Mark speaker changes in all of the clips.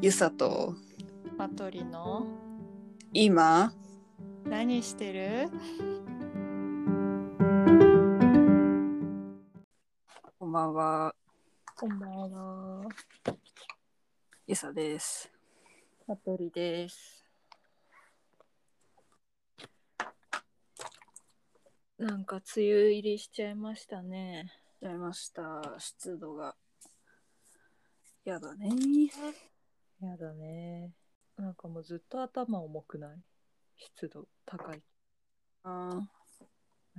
Speaker 1: ゆさと
Speaker 2: マトリの
Speaker 1: 今
Speaker 2: 何してる
Speaker 1: こんばんは
Speaker 2: こんばんは
Speaker 1: ゆさです
Speaker 2: マトリですなんか梅雨入りしちゃいましたね
Speaker 1: やりました湿度がやだね
Speaker 2: やだねなんかもうずっと頭重くない湿度高い
Speaker 1: あ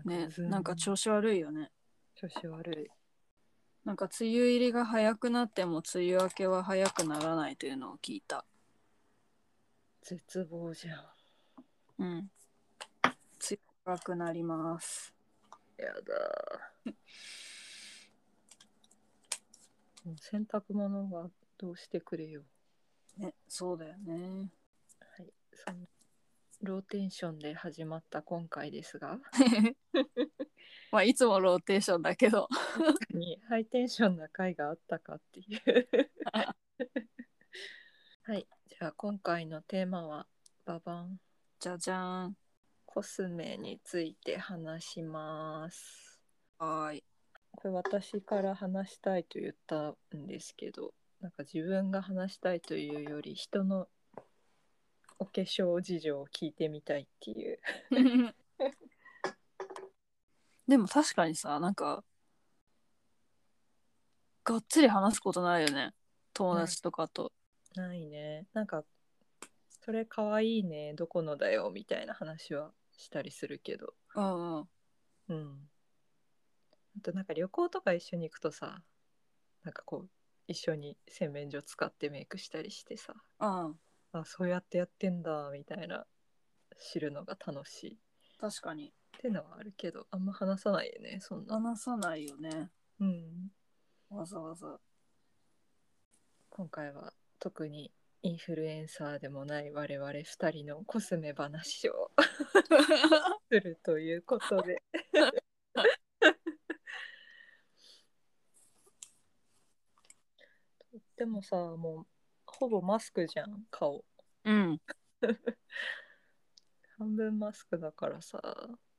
Speaker 1: ーね
Speaker 2: ずっ
Speaker 1: なんか調子悪いよね
Speaker 2: 調子悪い
Speaker 1: なんか梅雨入りが早くなっても梅雨明けは早くならないというのを聞いた
Speaker 2: 絶望じゃん
Speaker 1: うん梅雨が深くなります
Speaker 2: やだもう洗濯物がどうしてくれよ
Speaker 1: ねそうだよね
Speaker 2: はい、そんローテンションで始まった今回ですが
Speaker 1: まあいつもローテーションだけど
Speaker 2: にハイテンションな回があったかっていう はいじゃあ今回のテーマはババン
Speaker 1: じゃじゃーん
Speaker 2: コスメについて話します
Speaker 1: はーい
Speaker 2: これ私から話したいと言ったんですけどなんか自分が話したいというより人のお化粧事情を聞いてみたいっていう
Speaker 1: でも確かにさなんかがっつり話すことないよね友達とかと、
Speaker 2: ないねなんかそれかわいいねどこのだよみたいな話はしたりするけど
Speaker 1: うんうん
Speaker 2: うんあとなんか旅行とか一緒に行くとさなんかこう一緒に洗面所使ってメイクしたりしてさ
Speaker 1: うん
Speaker 2: あそうやってやってんだみたいな知るのが楽しい
Speaker 1: 確かに
Speaker 2: ってのはあるけどあんま話さないよねそんな
Speaker 1: 話さないよね
Speaker 2: うん
Speaker 1: わざわざ
Speaker 2: 今回は特にインフルエンサーでもない我々2人のコスメ話をするということで。でもさもうほぼマスクじゃん顔
Speaker 1: うん
Speaker 2: 半分マスクだからさ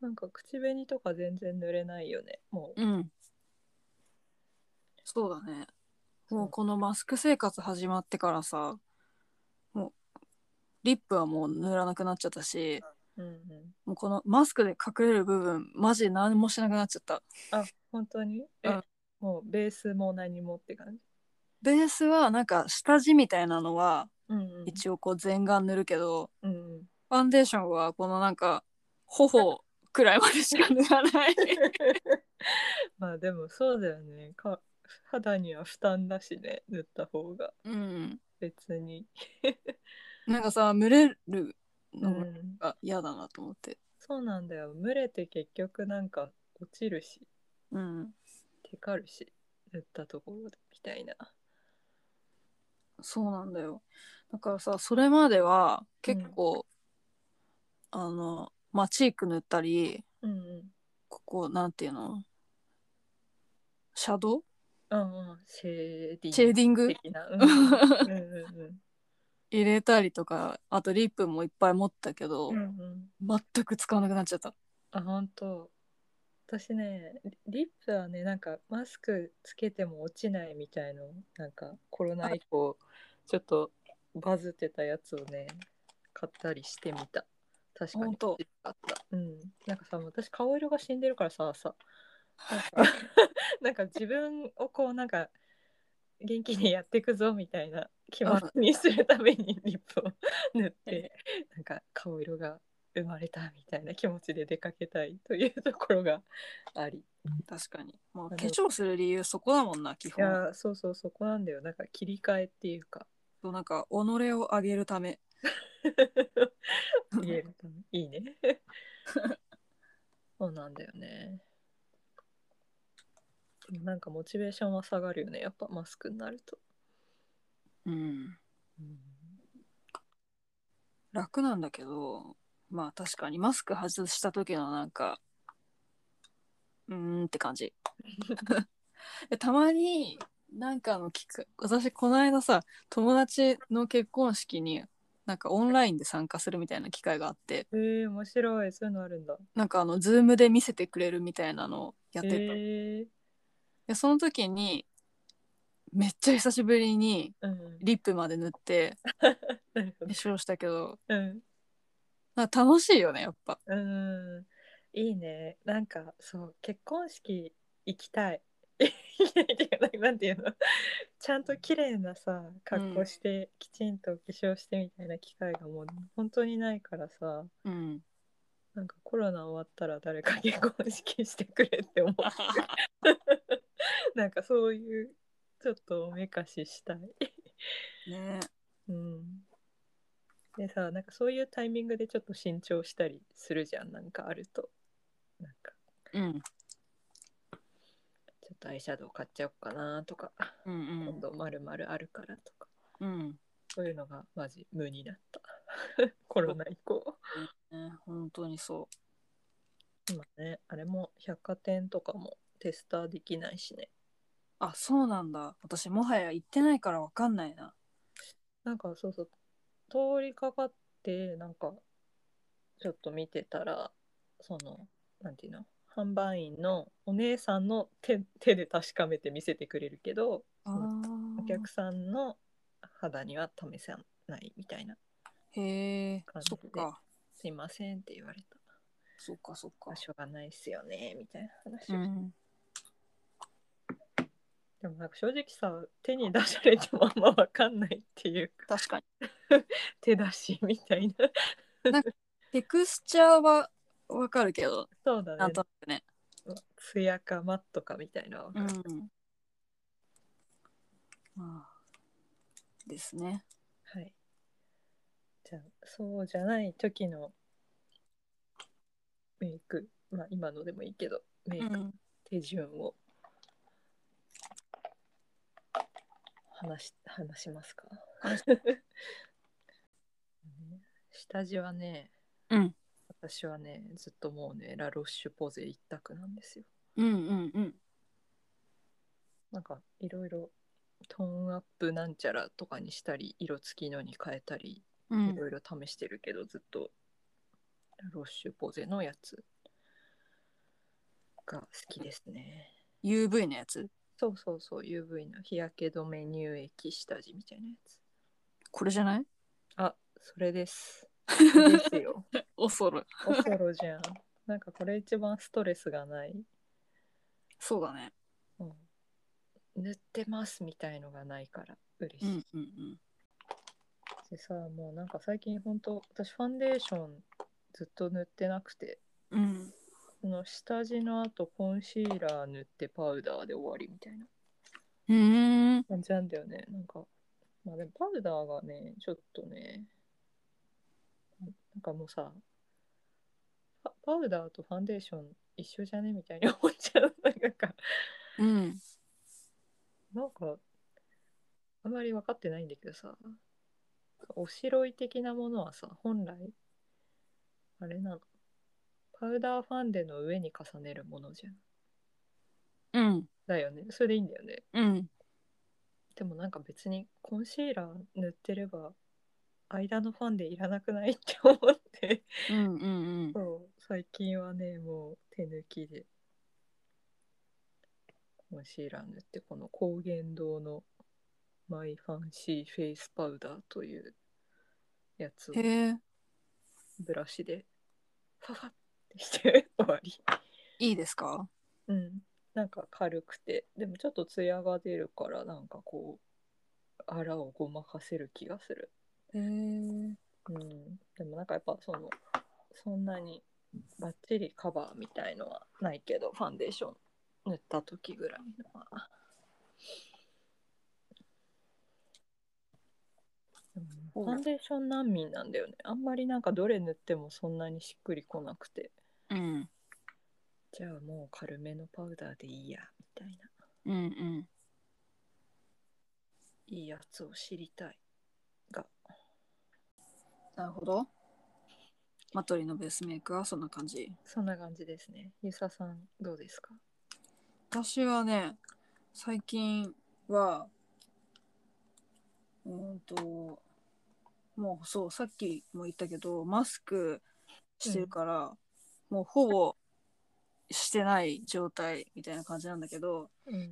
Speaker 2: なんか口紅とか全然塗れないよねもう
Speaker 1: うんそうだねもうこのマスク生活始まってからさもうリップはもう塗らなくなっちゃったし
Speaker 2: うんうん
Speaker 1: もうこのマスクで隠れる部分マジ何もしなくなっちゃった
Speaker 2: あ本当にえ、
Speaker 1: うん
Speaker 2: もうベースも何もって感じ
Speaker 1: ベースはなんか下地みたいなのは
Speaker 2: うんうん
Speaker 1: 一応こう全顔塗るけど、
Speaker 2: うんうん
Speaker 1: ファンデーションはこのなんか頬くらいまでしか塗らない
Speaker 2: まあでもそうだよねか肌には負担だしね塗った方が
Speaker 1: うん
Speaker 2: 別に、
Speaker 1: なんかさ蒸れる
Speaker 2: う
Speaker 1: の
Speaker 2: ん、
Speaker 1: が嫌だなと思って
Speaker 2: そうなんだよ蒸れて結局なんか落ちるし
Speaker 1: うん
Speaker 2: テカるし塗ったところでみたいな
Speaker 1: そうなんだよだからさそれまでは結構、あのまあチーク塗ったり
Speaker 2: うんうん
Speaker 1: ここなんていうのシャドウ
Speaker 2: うんうんシェーディング
Speaker 1: シェーディング
Speaker 2: 的なうんうんうん
Speaker 1: 入れたりとかあとリップもいっぱい持ったけど、
Speaker 2: うんうんうん
Speaker 1: 全く使わなくなっちゃった
Speaker 2: あ本当私ねリリップはねなんかマスクつけても落ちないみたいのなんかコロナ以降ちょっとバズってたやつをね買ったりしてみた確か
Speaker 1: 本
Speaker 2: に
Speaker 1: 当
Speaker 2: あったうんなんかさ私顔色が死んでるからさ朝なんかなんか自分をこうなんか元気にやっていくぞみたいな気持ちにするためにリップを塗ってなんか顔色が生まれたみたいな気持ちで出かけたいというところがあり
Speaker 1: 確かにもう
Speaker 2: あ
Speaker 1: 化
Speaker 2: の
Speaker 1: 粧する理由そこだもんな基
Speaker 2: い
Speaker 1: 本
Speaker 2: やーそうそうそこなんだよなんか切り替えっていう か
Speaker 1: そうなんか己を上げるため
Speaker 2: 言えるとねいいね そうなんだよねでもなんかモチベーションは下がるよねやっぱマスクになると、
Speaker 1: うん楽なんだけどまあ確かにマスク外した時のなんか うーんって感じでたまになんかあのきく私この間さ友達の結婚式になんかオンラインで参加するみたいな機会があって
Speaker 2: えー、面白いそういうのあるんだ
Speaker 1: なんかあのズームで見せてくれるみたいなのをやっ
Speaker 2: え
Speaker 1: てた、
Speaker 2: ー、
Speaker 1: でその時にめっちゃ久しぶりに
Speaker 2: うん
Speaker 1: リップまで塗って
Speaker 2: なるほ
Speaker 1: 化
Speaker 2: ど
Speaker 1: 粧したけど
Speaker 2: うん
Speaker 1: なんか楽しいよねやっぱ
Speaker 2: うんいいねなんかそう結婚式行きたいなんていうのちゃんと綺麗なさ格好して、きちんと化粧してみたいな機会がもう本当にないからさ
Speaker 1: うん
Speaker 2: なんかコロナ終わったら誰か結婚式してくれって思うなんかそういうちょっとおめかししたい
Speaker 1: ね
Speaker 2: うんでさなんかそういうタイミングでちょっと慎重したりするじゃんなんかあるとなんか
Speaker 1: うん
Speaker 2: ちょっとアイシャドウ買っちゃおうかなとか、
Speaker 1: うん
Speaker 2: 今度まるまるあるからとか
Speaker 1: うんうん
Speaker 2: そういうのがマジ無になった コロナ以降
Speaker 1: ね本当にそ
Speaker 2: 今ねあれも百貨店とかもテスターできないしね
Speaker 1: うあそうなんだ私もはや行ってないからわかんないな
Speaker 2: なんかそうそう通りかかってなんかちょっと見てたらそのなんていうの販売員のお姉さんの手手で確かめて見せてくれるけど
Speaker 1: あ
Speaker 2: お
Speaker 1: ー
Speaker 2: 客さんの肌には試せないみたいな
Speaker 1: へえ
Speaker 2: 感じ
Speaker 1: そ
Speaker 2: で
Speaker 1: っか
Speaker 2: 「すいません」って言われた
Speaker 1: そっかそっ
Speaker 2: 「場
Speaker 1: か
Speaker 2: 所がないっすよね」みたいな話
Speaker 1: う
Speaker 2: をして、
Speaker 1: ん
Speaker 2: でもなんか正直さ手に出されてもあんま分かんないっていうか
Speaker 1: 確かに
Speaker 2: 手出しみたいな
Speaker 1: テクスチャーはわかるけど
Speaker 2: そうだ
Speaker 1: なん
Speaker 2: ね
Speaker 1: となくね
Speaker 2: ツヤかマットかみたいなのは分か
Speaker 1: う
Speaker 2: る
Speaker 1: んまあですね
Speaker 2: はい。じゃあ、そうじゃない時のメイク、まあ今のでもいいけど、メイ
Speaker 1: う
Speaker 2: ク
Speaker 1: ん
Speaker 2: 手順を話し話しますか。下地はね、
Speaker 1: うん
Speaker 2: 私はね、ずっともうね、ラロッシュポゼ一択なんですよ。
Speaker 1: うんうん
Speaker 2: なんかいろいろトーンアップなんちゃらとかにしたり、色付きのに変えたり、
Speaker 1: う
Speaker 2: い
Speaker 1: ん
Speaker 2: ろいろ試してるけど、ずっとロッシュポゼのやつが好きですね。
Speaker 1: UV のやつ
Speaker 2: そうそうそう、UV の日焼け止め乳液下地みたいなやつ。
Speaker 1: これじゃない
Speaker 2: あ、それです。で すよ。
Speaker 1: 恐る
Speaker 2: おそろじゃん。なんかこれ一番ストレスがない。
Speaker 1: そうだね
Speaker 2: うん、塗ってますみたいのがないから嬉し
Speaker 1: う
Speaker 2: い。
Speaker 1: んうんうん
Speaker 2: でさ、もうなんか最近本当私ファンデーションずっと塗ってなくて。
Speaker 1: うん
Speaker 2: その下地の後コンシーラー塗ってパウダーで終わりみたいな
Speaker 1: うーん
Speaker 2: 感じなんだよねなんかまあでもパウダーがねちょっとねなんかもうさパパウダーとファンデーション一緒じゃねみたいに思っちゃう なんか
Speaker 1: うん
Speaker 2: なんかあんまり分かってないんだけどさおしろい的なものはさ本来あれなのパウダーファンデの上に重ねるものじゃん
Speaker 1: うん
Speaker 2: だよねそれでいいんだよね
Speaker 1: うん
Speaker 2: でもなんか別にコンシーラー塗ってれば間のファンでいらなくないって思って
Speaker 1: うんうん
Speaker 2: そう最近はねもう手抜きでコンシーラー塗ってこの高原堂のマイファンシーフェイスパウダーというやつを
Speaker 1: うんへえ
Speaker 2: ブラシでファファってして終わり
Speaker 1: いいですか
Speaker 2: うん、なんか軽くてでもちょっとツヤが出るからなんかこうあらをごまかせる気がする、
Speaker 1: へえうん
Speaker 2: うん、でもなんかやっぱそのそんなにバッチリカバーみたいのはないけどファンデーション塗った時ぐらいのはでもファンデーション難民なんだよねあんまりなんかどれ塗ってもそんなにしっくりこなくて
Speaker 1: うん
Speaker 2: じゃあもう軽めのパウダーでいいやみたいな
Speaker 1: うん
Speaker 2: いいやつを知りたいが
Speaker 1: なるほどマトリのベースメイクはそんな感じ
Speaker 2: そんな感じですねゆささんどうですか
Speaker 1: 私はね最近はうーんともうそうさっきも言ったけどマスクしてるから、もうほぼしてない状態みたいな感じなんだけど、
Speaker 2: うん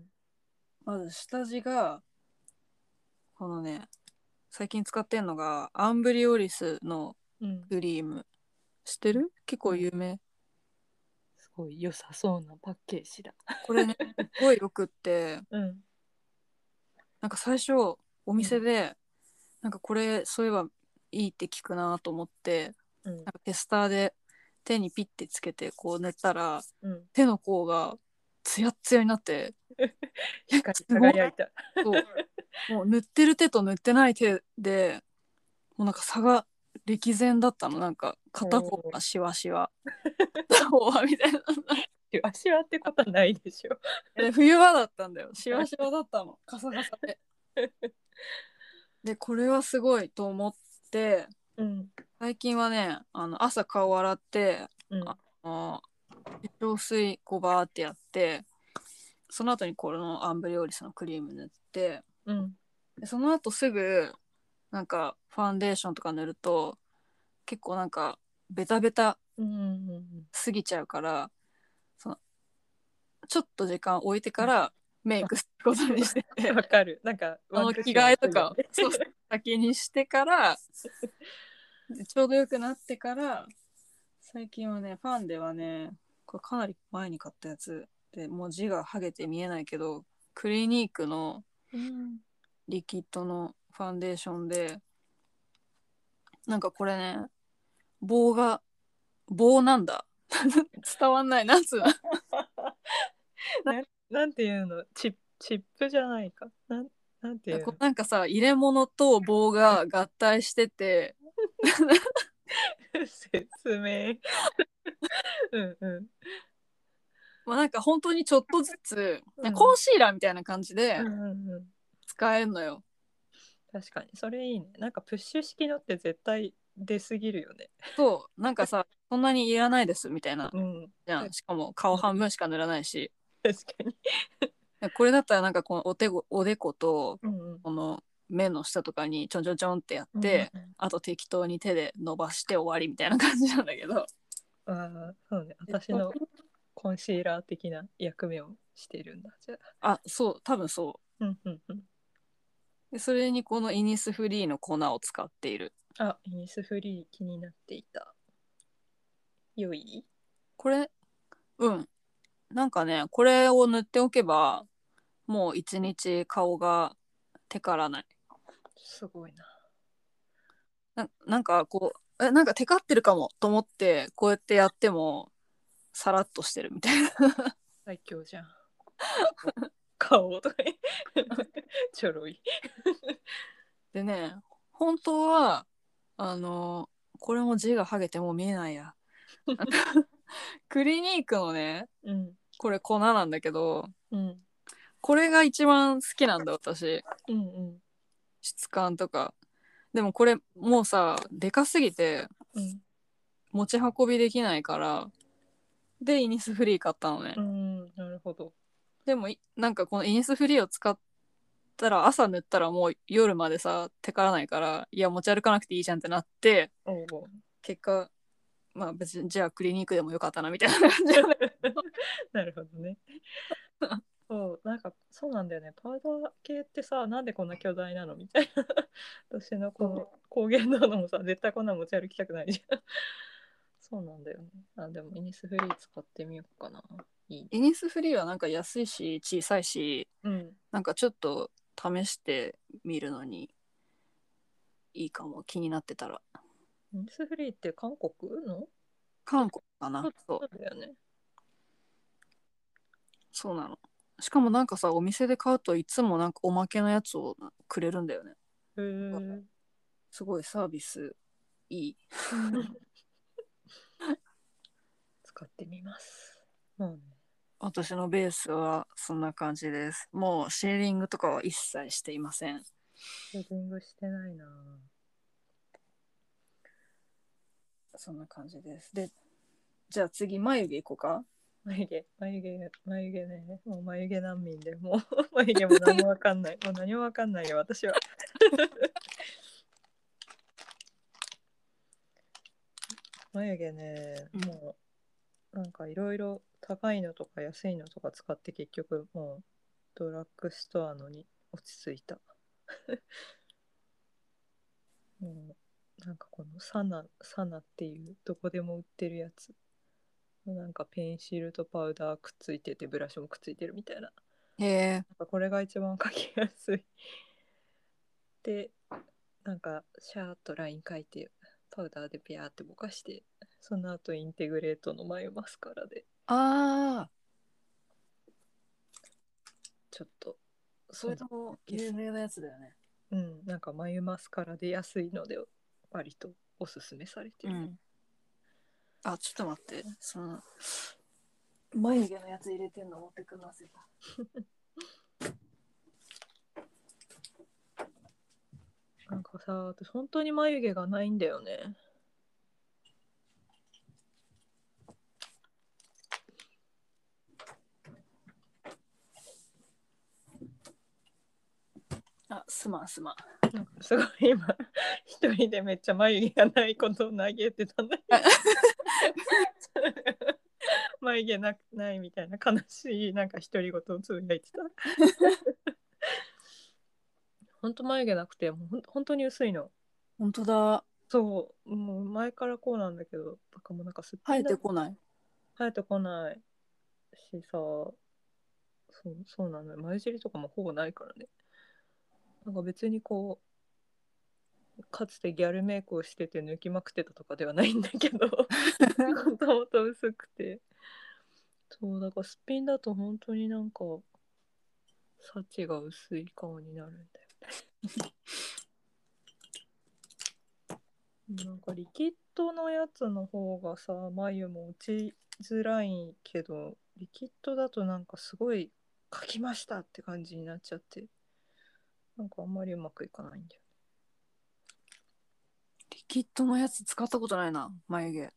Speaker 1: まず下地がこのね最近使ってんのがアンブリオリスの
Speaker 2: うん、
Speaker 1: クリーム知ってる結構有名
Speaker 2: すごい良さそうなパッケージだ。
Speaker 1: これねすごいよくって
Speaker 2: うん
Speaker 1: なんか最初お店でなんかこれそういえばいいって聞くなと思って
Speaker 2: うん
Speaker 1: なんかテスターで手にピッてつけてこう塗ったら
Speaker 2: うん、
Speaker 1: 手の甲がツヤッツヤになって
Speaker 2: 光り輝いた。
Speaker 1: そうもう塗ってる手と塗ってない手でもうなんか差が歴然だったのなんか片方がシワシワ片方はみたいな
Speaker 2: 足はってことはないでしょ。
Speaker 1: で冬場だったんだよシワシワだったのカサカサででこれはすごいと思って
Speaker 2: うん
Speaker 1: 最近はねあの朝顔洗って
Speaker 2: うん
Speaker 1: あの化粧水こうバーってやってその後にこのアンブリオリスのクリーム塗って
Speaker 2: うん
Speaker 1: でその後すぐなんかファンデーションとか塗ると結構なんかベタベタ
Speaker 2: うん
Speaker 1: すぎちゃうからそのちょっと時間置いてからメイクすることにして
Speaker 2: うん。わかる。なんか
Speaker 1: その
Speaker 2: ワンクッ
Speaker 1: 着
Speaker 2: ション
Speaker 1: 替えとかを
Speaker 2: する
Speaker 1: そう先にしてからでちょうどよくなってから最近はねファンデはねこれかなり前に買ったやつでもう字がはげて見えないけどクリニークの
Speaker 2: よね。うん
Speaker 1: リキッドのファンデーションでなんかこれね棒が棒なんだ 伝わんないなんつうの
Speaker 2: なんていうのチップチップじゃないか。なんなんていう
Speaker 1: こ
Speaker 2: の
Speaker 1: うなんかさ入れ物と棒が合体してて
Speaker 2: 説明。うんう
Speaker 1: まあなんか本当にちょっとずつ、
Speaker 2: うん
Speaker 1: コンシーラーみたいな感じで
Speaker 2: ん。うんうんうん。
Speaker 1: 使えんのよ、
Speaker 2: 確かにそれいいね。なんかプッシュ式のって絶対出すぎるよね。
Speaker 1: そうなんかさそんなにいらないですみたいな
Speaker 2: うん。
Speaker 1: じゃんしかも顔半分しか塗らないし
Speaker 2: 確かに。
Speaker 1: これだったらなんかこのお手ごおでこと
Speaker 2: うんうん。
Speaker 1: この目の下とかにちょんちょんちょんってやって、あと適当に手で伸ばして終わりみたいな感じなんだけど
Speaker 2: うんうん、ああそうね。私のコンシーラー的な役目をしているんだ。じゃあ。
Speaker 1: あそう多分そ
Speaker 2: うんうんうん。
Speaker 1: うでそれにこのイニスフリーの粉を使っている
Speaker 2: あイニスフリー気になっていた。良い
Speaker 1: これうんなんかねこれを塗っておけばもう一日顔がテカらない
Speaker 2: すごいな。
Speaker 1: ななんかこうえなんかテカってるかもと思ってこうやってやってもさらっとしてるみたいな
Speaker 2: 最強じゃん。 顔とかね ちょろい。
Speaker 1: でね本当はあのこれも字がはげてもう見えないや クリニークのね
Speaker 2: うん。
Speaker 1: これ粉なんだけど
Speaker 2: うん。
Speaker 1: これが一番好きなんだ私
Speaker 2: うんうん。
Speaker 1: 質感とかでもこれもうさでかすぎて
Speaker 2: うん
Speaker 1: 持ち運びできないからでイニスフリー買ったのね、
Speaker 2: うん。なるほど。
Speaker 1: でもいなんかこのイニスフリーを使ったら朝塗ったらもう夜までさテカらないからいや持ち歩かなくていいじゃんってなって
Speaker 2: おうおう。
Speaker 1: 結果まあ別にじゃあクリニックでもよかったなみたいな感じ
Speaker 2: なるほどね。そうなんかそうなんだよねパウダー系ってさなんでこんな巨大なのみたいな 私のこの高原なのもさ絶対こんなの持ち歩きたくないじゃん そうなんだよねあでもイニスフリー使ってみようかないいね
Speaker 1: イニスフリーはなんか安いし小さいし
Speaker 2: うん
Speaker 1: なんかちょっと試してみるのにいいかも気になってたら
Speaker 2: イニスフリーって韓国の
Speaker 1: 韓国かなそう
Speaker 2: そうだよね
Speaker 1: そうなのしかもなんかさお店で買うといつもなんかおまけのやつをなくれるんだよね
Speaker 2: へー
Speaker 1: すごいサービスいい
Speaker 2: 使ってみますもうね
Speaker 1: 私のベースはそんな感じですもうシェーリングとかは一切していません
Speaker 2: シェーディングしてないな
Speaker 1: そんな感じですでじゃあ次眉毛いこうか
Speaker 2: 眉毛眉毛眉毛ねもう眉毛難民でもう 眉毛も何もわかんないもう何もわかんないよ私は 眉毛ね
Speaker 1: うん
Speaker 2: もうなんかいろいろ高いのとか安いのとか使って結局もうドラッグストアのに落ち着いた もうなんかこのサナサナっていうどこでも売ってるやつなんかペンシルとパウダーくっついててブラシもくっついてるみたいななん
Speaker 1: へえ
Speaker 2: かこれが一番描きやすい でなんかシャーっとライン描いてパウダーでピャーってぼかしてその後インテグレートの眉マスカラで
Speaker 1: ああ
Speaker 2: ちょっと
Speaker 1: それとも有名なやつだよね
Speaker 2: うんなんか眉マスカラで安いので割とおすすめされてる、
Speaker 1: んあちょっと待ってその眉毛のやつ入れてんの持ってくるの忘れた
Speaker 2: なんかさ私本当に眉毛がないんだよね
Speaker 1: あすまんすまん
Speaker 2: なんかすごい今 一人でめっちゃ眉毛がないことを嘆いてたんだけど 眉毛なくないみたいな悲しいなんか独り言をつぶやいてた ほんと眉毛なくてもうほん本当に薄いの
Speaker 1: 本当だ
Speaker 2: そうもう前からこうなんだけどなんかもうなんかすっぴ
Speaker 1: 生
Speaker 2: ん
Speaker 1: え
Speaker 2: だ
Speaker 1: てこない
Speaker 2: 生えてこないしさそうそうなのよ眉尻とかもほぼないからねなんか別にこうかつてギャルメイクをしてて抜きまくってたとかではないんだけどもともと薄くてそうだからすっぴんだと本当になんか幸が薄い顔になるんだよね なんかリキッドのやつの方がさ眉も落ちづらいけどリキッドだとなんかすごい描きましたって感じになっちゃってなんかあんまりうまくいかないんだよ
Speaker 1: リキッドのやつ使ったことないな眉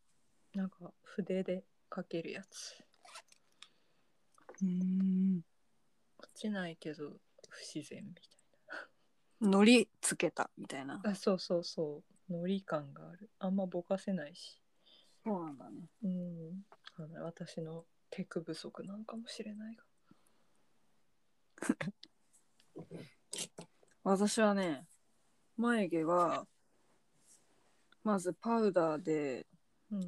Speaker 1: 毛
Speaker 2: なんか筆で描けるやつ
Speaker 1: うん
Speaker 2: 落ちないけど不自然みたい
Speaker 1: のりつけたみたいな
Speaker 2: なあそうそうそうノリ感があるあんまぼかせないし
Speaker 1: そうなんだね
Speaker 2: うんあの私のテク不足なのかもしれないが
Speaker 1: 私はね眉毛はまずパウダーで
Speaker 2: うん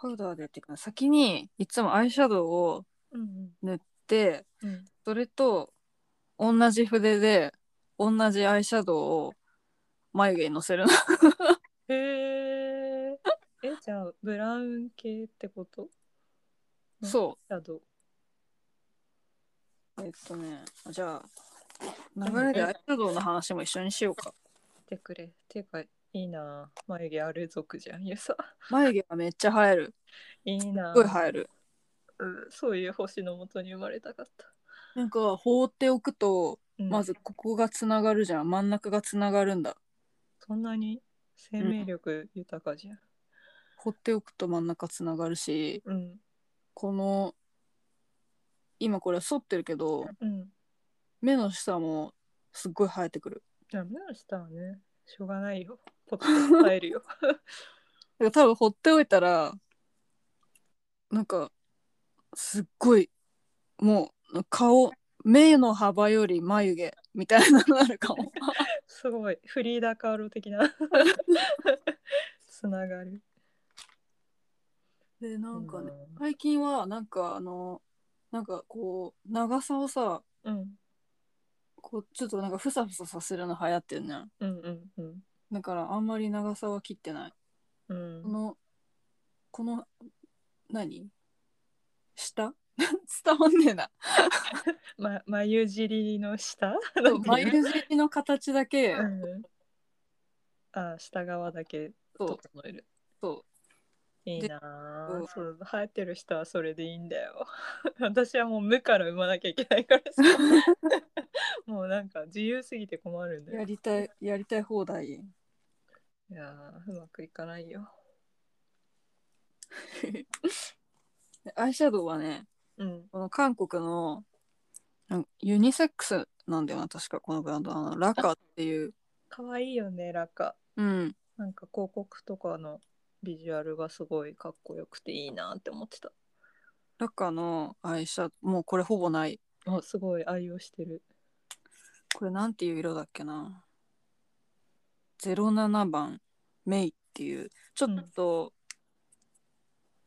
Speaker 1: パウダーでっていうか先にいつもアイシャドウを
Speaker 2: うん
Speaker 1: 塗って
Speaker 2: うん
Speaker 1: それと同じ筆で同じアイシャドウを眉毛にのせるの
Speaker 2: へええじゃあブラウン系ってこと
Speaker 1: そう
Speaker 2: シャドウ
Speaker 1: えっとねじゃあ流れでアイシャドウの話も一緒にしようか
Speaker 2: ってくれていうかいいなぁ眉毛あれ族じゃんゆさ
Speaker 1: 眉毛がめっちゃ生える
Speaker 2: いいな
Speaker 1: すご
Speaker 2: ぁ
Speaker 1: い生える
Speaker 2: うんそういう星のもとに生まれたかった、
Speaker 1: なんか放っておくと
Speaker 2: うん
Speaker 1: まずここがつながるじゃん真ん中がつながるんだ
Speaker 2: そんなに生命力豊かじゃん
Speaker 1: 放っておくと真ん中つながるし
Speaker 2: うん
Speaker 1: この今これ反ってるけど
Speaker 2: うん
Speaker 1: 目の下もすっごい生えてくる
Speaker 2: じゃあ目の下はねしょうがな いよポッと生えるよ
Speaker 1: だから多分放っておいたらなんかすっごいもう顔目の幅より眉毛みたいなのあるかも
Speaker 2: すごいフリーダカール的なつながる
Speaker 1: でなんかね
Speaker 2: う
Speaker 1: 最近はなんかあのなんかこう長さをさ
Speaker 2: うん
Speaker 1: こうちょっとなんかふさふささせるの流行ってるね
Speaker 2: うんうんうん
Speaker 1: だからあんまり長さは切ってない
Speaker 2: うん
Speaker 1: このこの何下 伝わんねえな
Speaker 2: ま、眉尻の下なんていう
Speaker 1: 眉尻の形だけ
Speaker 2: うんあ下側だけ
Speaker 1: そう
Speaker 2: 整える
Speaker 1: そ
Speaker 2: いい
Speaker 1: で
Speaker 2: な
Speaker 1: う
Speaker 2: ぁ
Speaker 1: ん
Speaker 2: そう生えてる人はそれでいいんだよ 私はもう無から産まなきゃいけないから さもうなんか自由すぎて困るん
Speaker 1: う
Speaker 2: だ
Speaker 1: や
Speaker 2: よ
Speaker 1: りたいやりたい放題
Speaker 2: いやーうまくいかないよ
Speaker 1: アイシャドウはね
Speaker 2: うん
Speaker 1: この韓国のなんユニセックスなんだよな確かこのブランドあのラカっていう
Speaker 2: 可愛いよねラカ
Speaker 1: うん
Speaker 2: なんか広告とかのビジュアルがすごいかっこよくていいなって思ってた
Speaker 1: ラカのアイシャドウもうこれほぼない
Speaker 2: あすごい愛用してる
Speaker 1: これなんていう色だっけな07番メイっていうちょっと、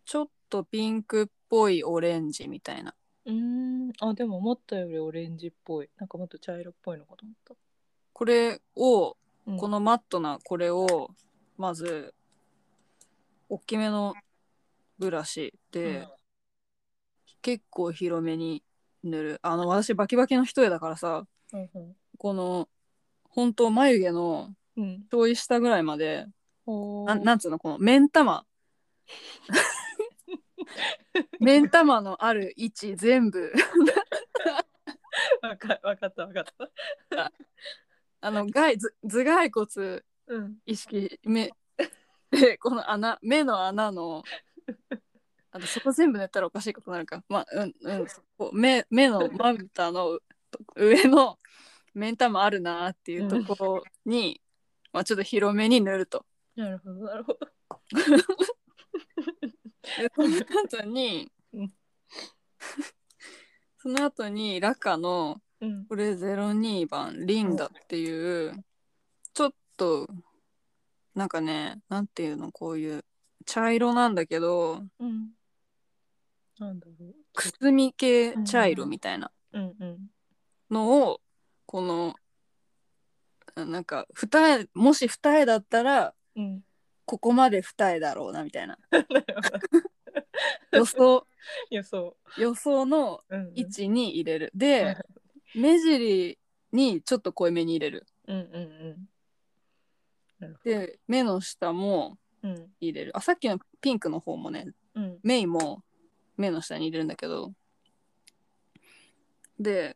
Speaker 1: ちょっとピンクっぽいオレンジみたいな
Speaker 2: うーんあでも思ったよりオレンジっぽいなんかもっと茶色っぽいのかと思っ
Speaker 1: これを、
Speaker 2: た、うん
Speaker 1: このマットなこれをまず大きめのブラシで、結構広めに塗るあの私バキバキの一重だからさ
Speaker 2: うんうん
Speaker 1: この本当眉毛の
Speaker 2: うん
Speaker 1: ちょい下ぐらいまで
Speaker 2: お
Speaker 1: な
Speaker 2: ー
Speaker 1: なんつうのこの目ん玉目ん玉のある位置全部
Speaker 2: わかわかったわかった
Speaker 1: あの外頭頭蓋骨
Speaker 2: うん
Speaker 1: 意識目 でこの穴目の穴のあとそこ全部塗ったらおかしいことになるかまあうんうんそこ目目のまぶたのと上の目ん玉あるなっていうところに、まあちょっと広めに塗ると。
Speaker 2: なるほどなるほど
Speaker 1: でその後に
Speaker 2: うん
Speaker 1: その後にラカの
Speaker 2: うん
Speaker 1: これ02番リンダっていうちょっとなんかねなんていうのこういう茶色なんだけど
Speaker 2: うんなんだろう
Speaker 1: くすみ系茶色みたいな
Speaker 2: うんうん
Speaker 1: のをこのなんか二重もし二重だったら
Speaker 2: うん
Speaker 1: ここまで二重だろうなみ たいな
Speaker 2: な
Speaker 1: 予
Speaker 2: るほど
Speaker 1: 想
Speaker 2: 予想
Speaker 1: 予想の
Speaker 2: うんうん
Speaker 1: 位置に入れるで目尻にちょっと濃いめに入れる
Speaker 2: うんうんうんなるほど
Speaker 1: で目の下も
Speaker 2: うん
Speaker 1: 入れるあさっきのピンクの方もね
Speaker 2: うん
Speaker 1: メイも目の下に入れるんだけどで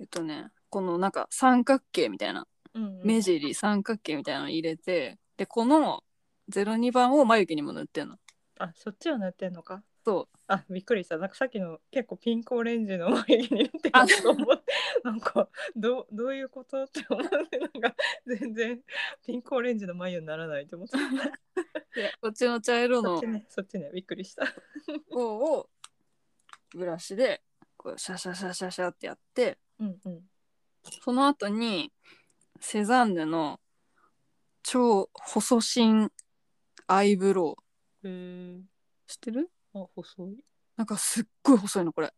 Speaker 1: えっとねこのなんか三角形みたいな
Speaker 2: うんうん
Speaker 1: 目尻三角形みたいなの入れてでこの02番を眉毛にも塗ってんの
Speaker 2: あそっちを塗ってんのか
Speaker 1: そう
Speaker 2: あびっくりしたなんかさっきの結構ピンクオレンジの眉毛に塗ってるのと思って なんかどうどういうことって思ってなんか全然ピンクオレンジの眉にならないと思って
Speaker 1: こっちの茶色
Speaker 2: そっ
Speaker 1: の
Speaker 2: ちねそっちねびっくりした
Speaker 1: 方をブラシでこうシャシャシャシャシャってやって
Speaker 2: うんうん
Speaker 1: その後にセザンヌの超細身アイブロ
Speaker 2: へえ
Speaker 1: ウ知ってる
Speaker 2: あ細い
Speaker 1: なんかすっごい細いのこれ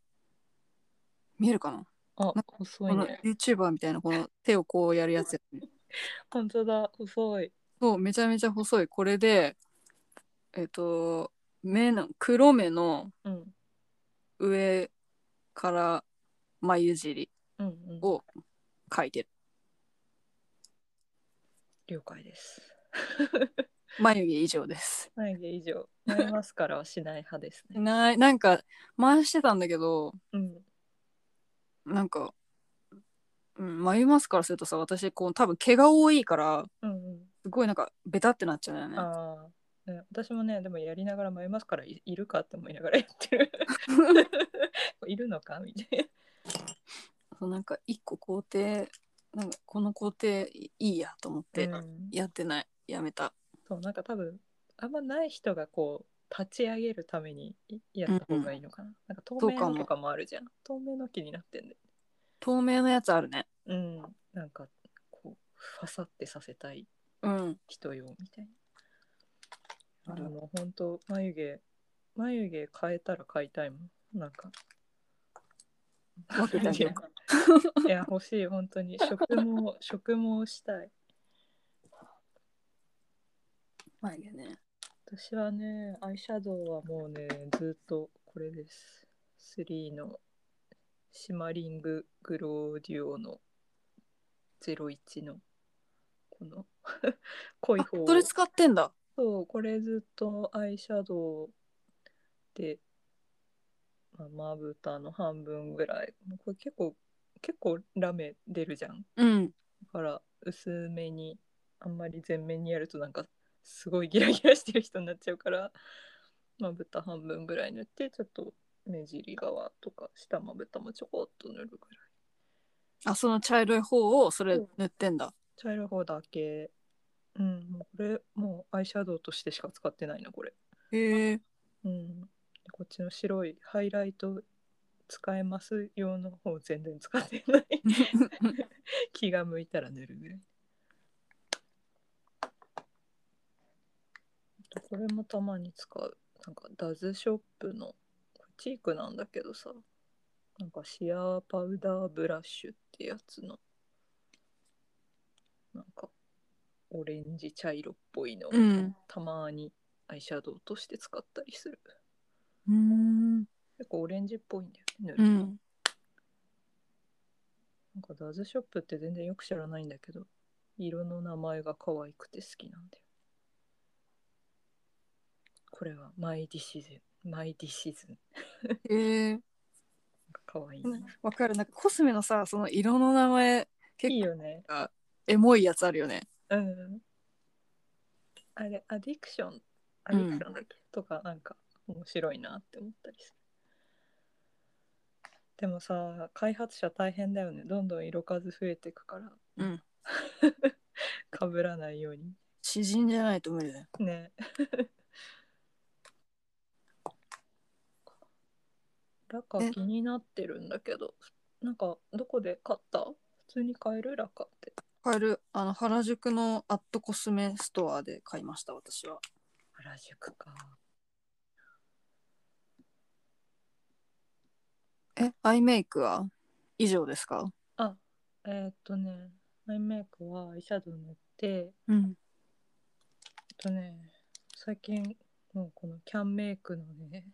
Speaker 1: 見えるかな
Speaker 2: あ細
Speaker 1: この YouTuber みたいなこの手をこうやるやつやね
Speaker 2: 本当だ細い
Speaker 1: そうめちゃめちゃ細いこれでえっ、と目の黒目の
Speaker 2: うん
Speaker 1: 上から眉尻
Speaker 2: うんうん
Speaker 1: お描いてる
Speaker 2: 了解です
Speaker 1: 眉毛以上です
Speaker 2: 眉毛以上眉マスカラはしない派です ね
Speaker 1: ないなんか回してたんだけど
Speaker 2: うん
Speaker 1: なんか、うん、眉マスからするとさ私こう多分毛が多いから
Speaker 2: うんうん
Speaker 1: すごいなんかベタってなっちゃうんだよね
Speaker 2: ああ、ね、私もねでもやりながら迷いますからいいるかって思いながらやってる いるのかみたい
Speaker 1: そうなんか一個工程なんかこの工程いいやと思って
Speaker 2: な、うん
Speaker 1: やってない、やめた
Speaker 2: そうなんか多分あんまない人がこう立ち上げるためにいやった方がいいのかな、なんか透
Speaker 1: そう
Speaker 2: 明
Speaker 1: か
Speaker 2: の
Speaker 1: も
Speaker 2: とかもあるじゃん透明の気になってんで
Speaker 1: 透明のやつあるね
Speaker 2: うんなんかこうファサってさせたい
Speaker 1: うん
Speaker 2: 人用みたいな
Speaker 1: あ
Speaker 2: あ
Speaker 1: る
Speaker 2: の本当眉毛眉毛変えたら買いたいもんなんか
Speaker 1: 分けてあげ ようか
Speaker 2: いや欲しい本当に食毛食毛したい
Speaker 1: 眉毛ね
Speaker 2: 私はねアイシャドウはもうねずっとこれです3のシマリンググローデュオの01のこの 濃い
Speaker 1: あ
Speaker 2: 方
Speaker 1: それ使ってんだ
Speaker 2: そうこれずっとアイシャドウでまあまぶたの半分ぐらいもうこれ結構結構ラメ出るじゃん
Speaker 1: うん
Speaker 2: だから薄めにあんまり全面にやるとなんかすごいギラギラしてる人になっちゃうからまぶた半分ぐらい塗ってちょっと目尻側とか下まぶたもちょこっと塗るぐらい
Speaker 1: あその茶色い方をそれ塗ってんだ、
Speaker 2: 茶色い方だけうんもうこれもうアイシャドウとしてしか使ってないなこれ
Speaker 1: へえ
Speaker 2: うんこっちの白いハイライト使えます用の方全然使ってない 気が向いたら塗るぐらいあとこれもたまに使うなんかダズショップのチークなんだけどさなんかシアーパウダーブラッシュってやつのなんかオレンジ茶色っぽいのを
Speaker 1: うん
Speaker 2: たまにアイシャドウとして使ったりする
Speaker 1: うん
Speaker 2: 結構オレンジっぽいんだよね塗
Speaker 1: う
Speaker 2: る
Speaker 1: ん
Speaker 2: なんかダズショップって全然よく知らないんだけど色の名前が可愛くて好きなんだよこれはマイディシズンマイディシズン
Speaker 1: へえ
Speaker 2: 可愛い
Speaker 1: わかるなんかコスメのさその色の名前結
Speaker 2: いい
Speaker 1: 構
Speaker 2: よね
Speaker 1: エモいやつあるよね
Speaker 2: うんあれアディクションアディクションだっけ、とかなんか面白いなって思ったりするでもさ開発者大変だよねどんどん色数増えていくから
Speaker 1: うん
Speaker 2: かぶらないように
Speaker 1: 詩人じゃないと無理だよ
Speaker 2: ねラカ
Speaker 1: え
Speaker 2: 気になってるんだけどなんかどこで買った普通に買えるラカって
Speaker 1: 買えるあの原宿のアットコスメストアで買いました私は
Speaker 2: 原宿か
Speaker 1: えアイメイクは以上ですか
Speaker 2: あえーっとねアイメイクはアイシャドウ塗ってえ
Speaker 1: うん
Speaker 2: っとね最近もうこのキャンメイクのね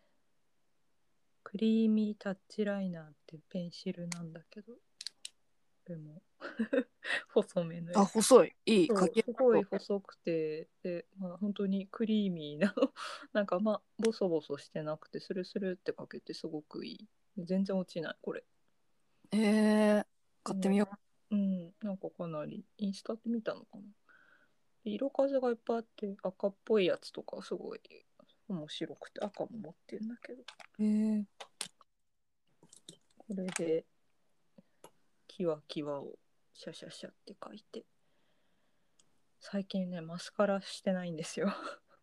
Speaker 2: クリーミータッチライナーっていうペンシルなんだけどでも 細めのやつ
Speaker 1: あ細いいい
Speaker 2: そう
Speaker 1: かけ
Speaker 2: すごい細くてで、まあ、本当にクリーミーな なんかまあボソボソしてなくてスルスルってかけてすごくいい全然落ちないこれ
Speaker 1: えー、買ってみよ
Speaker 2: うんなんかかなりインスタって見たのかなで色数がいっぱいあって赤っぽいやつとかすごい面白くて赤も持ってるんだけど
Speaker 1: う、えー、
Speaker 2: これでキワキワをシャシャシャって描いて最近ねマスカラしてないんですよ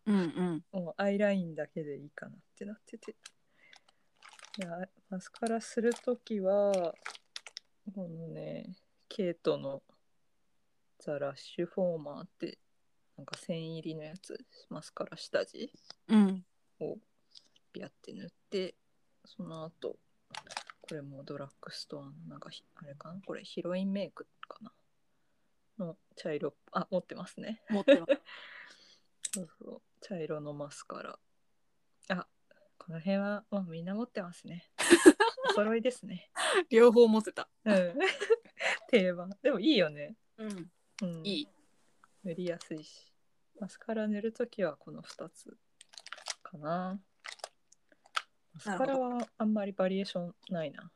Speaker 1: うんうん
Speaker 2: もうアイラインだけでいいかなってなってて。いやマスカラするときは、このね、ケイトのザ・ラッシュフォーマーって、なんか線入りのやつ、マスカラ下地
Speaker 1: うん
Speaker 2: をビャって塗って、その後、これもドラッグストアの、なんかひ、あれかなこれヒロインメイクかなの茶色っぽ、あ、持ってますね。
Speaker 1: 持ってます
Speaker 2: そうそう茶色のマスカラあこの辺はもうみんな持ってます ねお揃いですね
Speaker 1: 両方持ってた
Speaker 2: うん 定番でもいいよね、
Speaker 1: うん
Speaker 2: うん、
Speaker 1: いい
Speaker 2: 塗りやすいしマスカラ塗るときはこの2つかなマスカラはあんまりバリエーションないな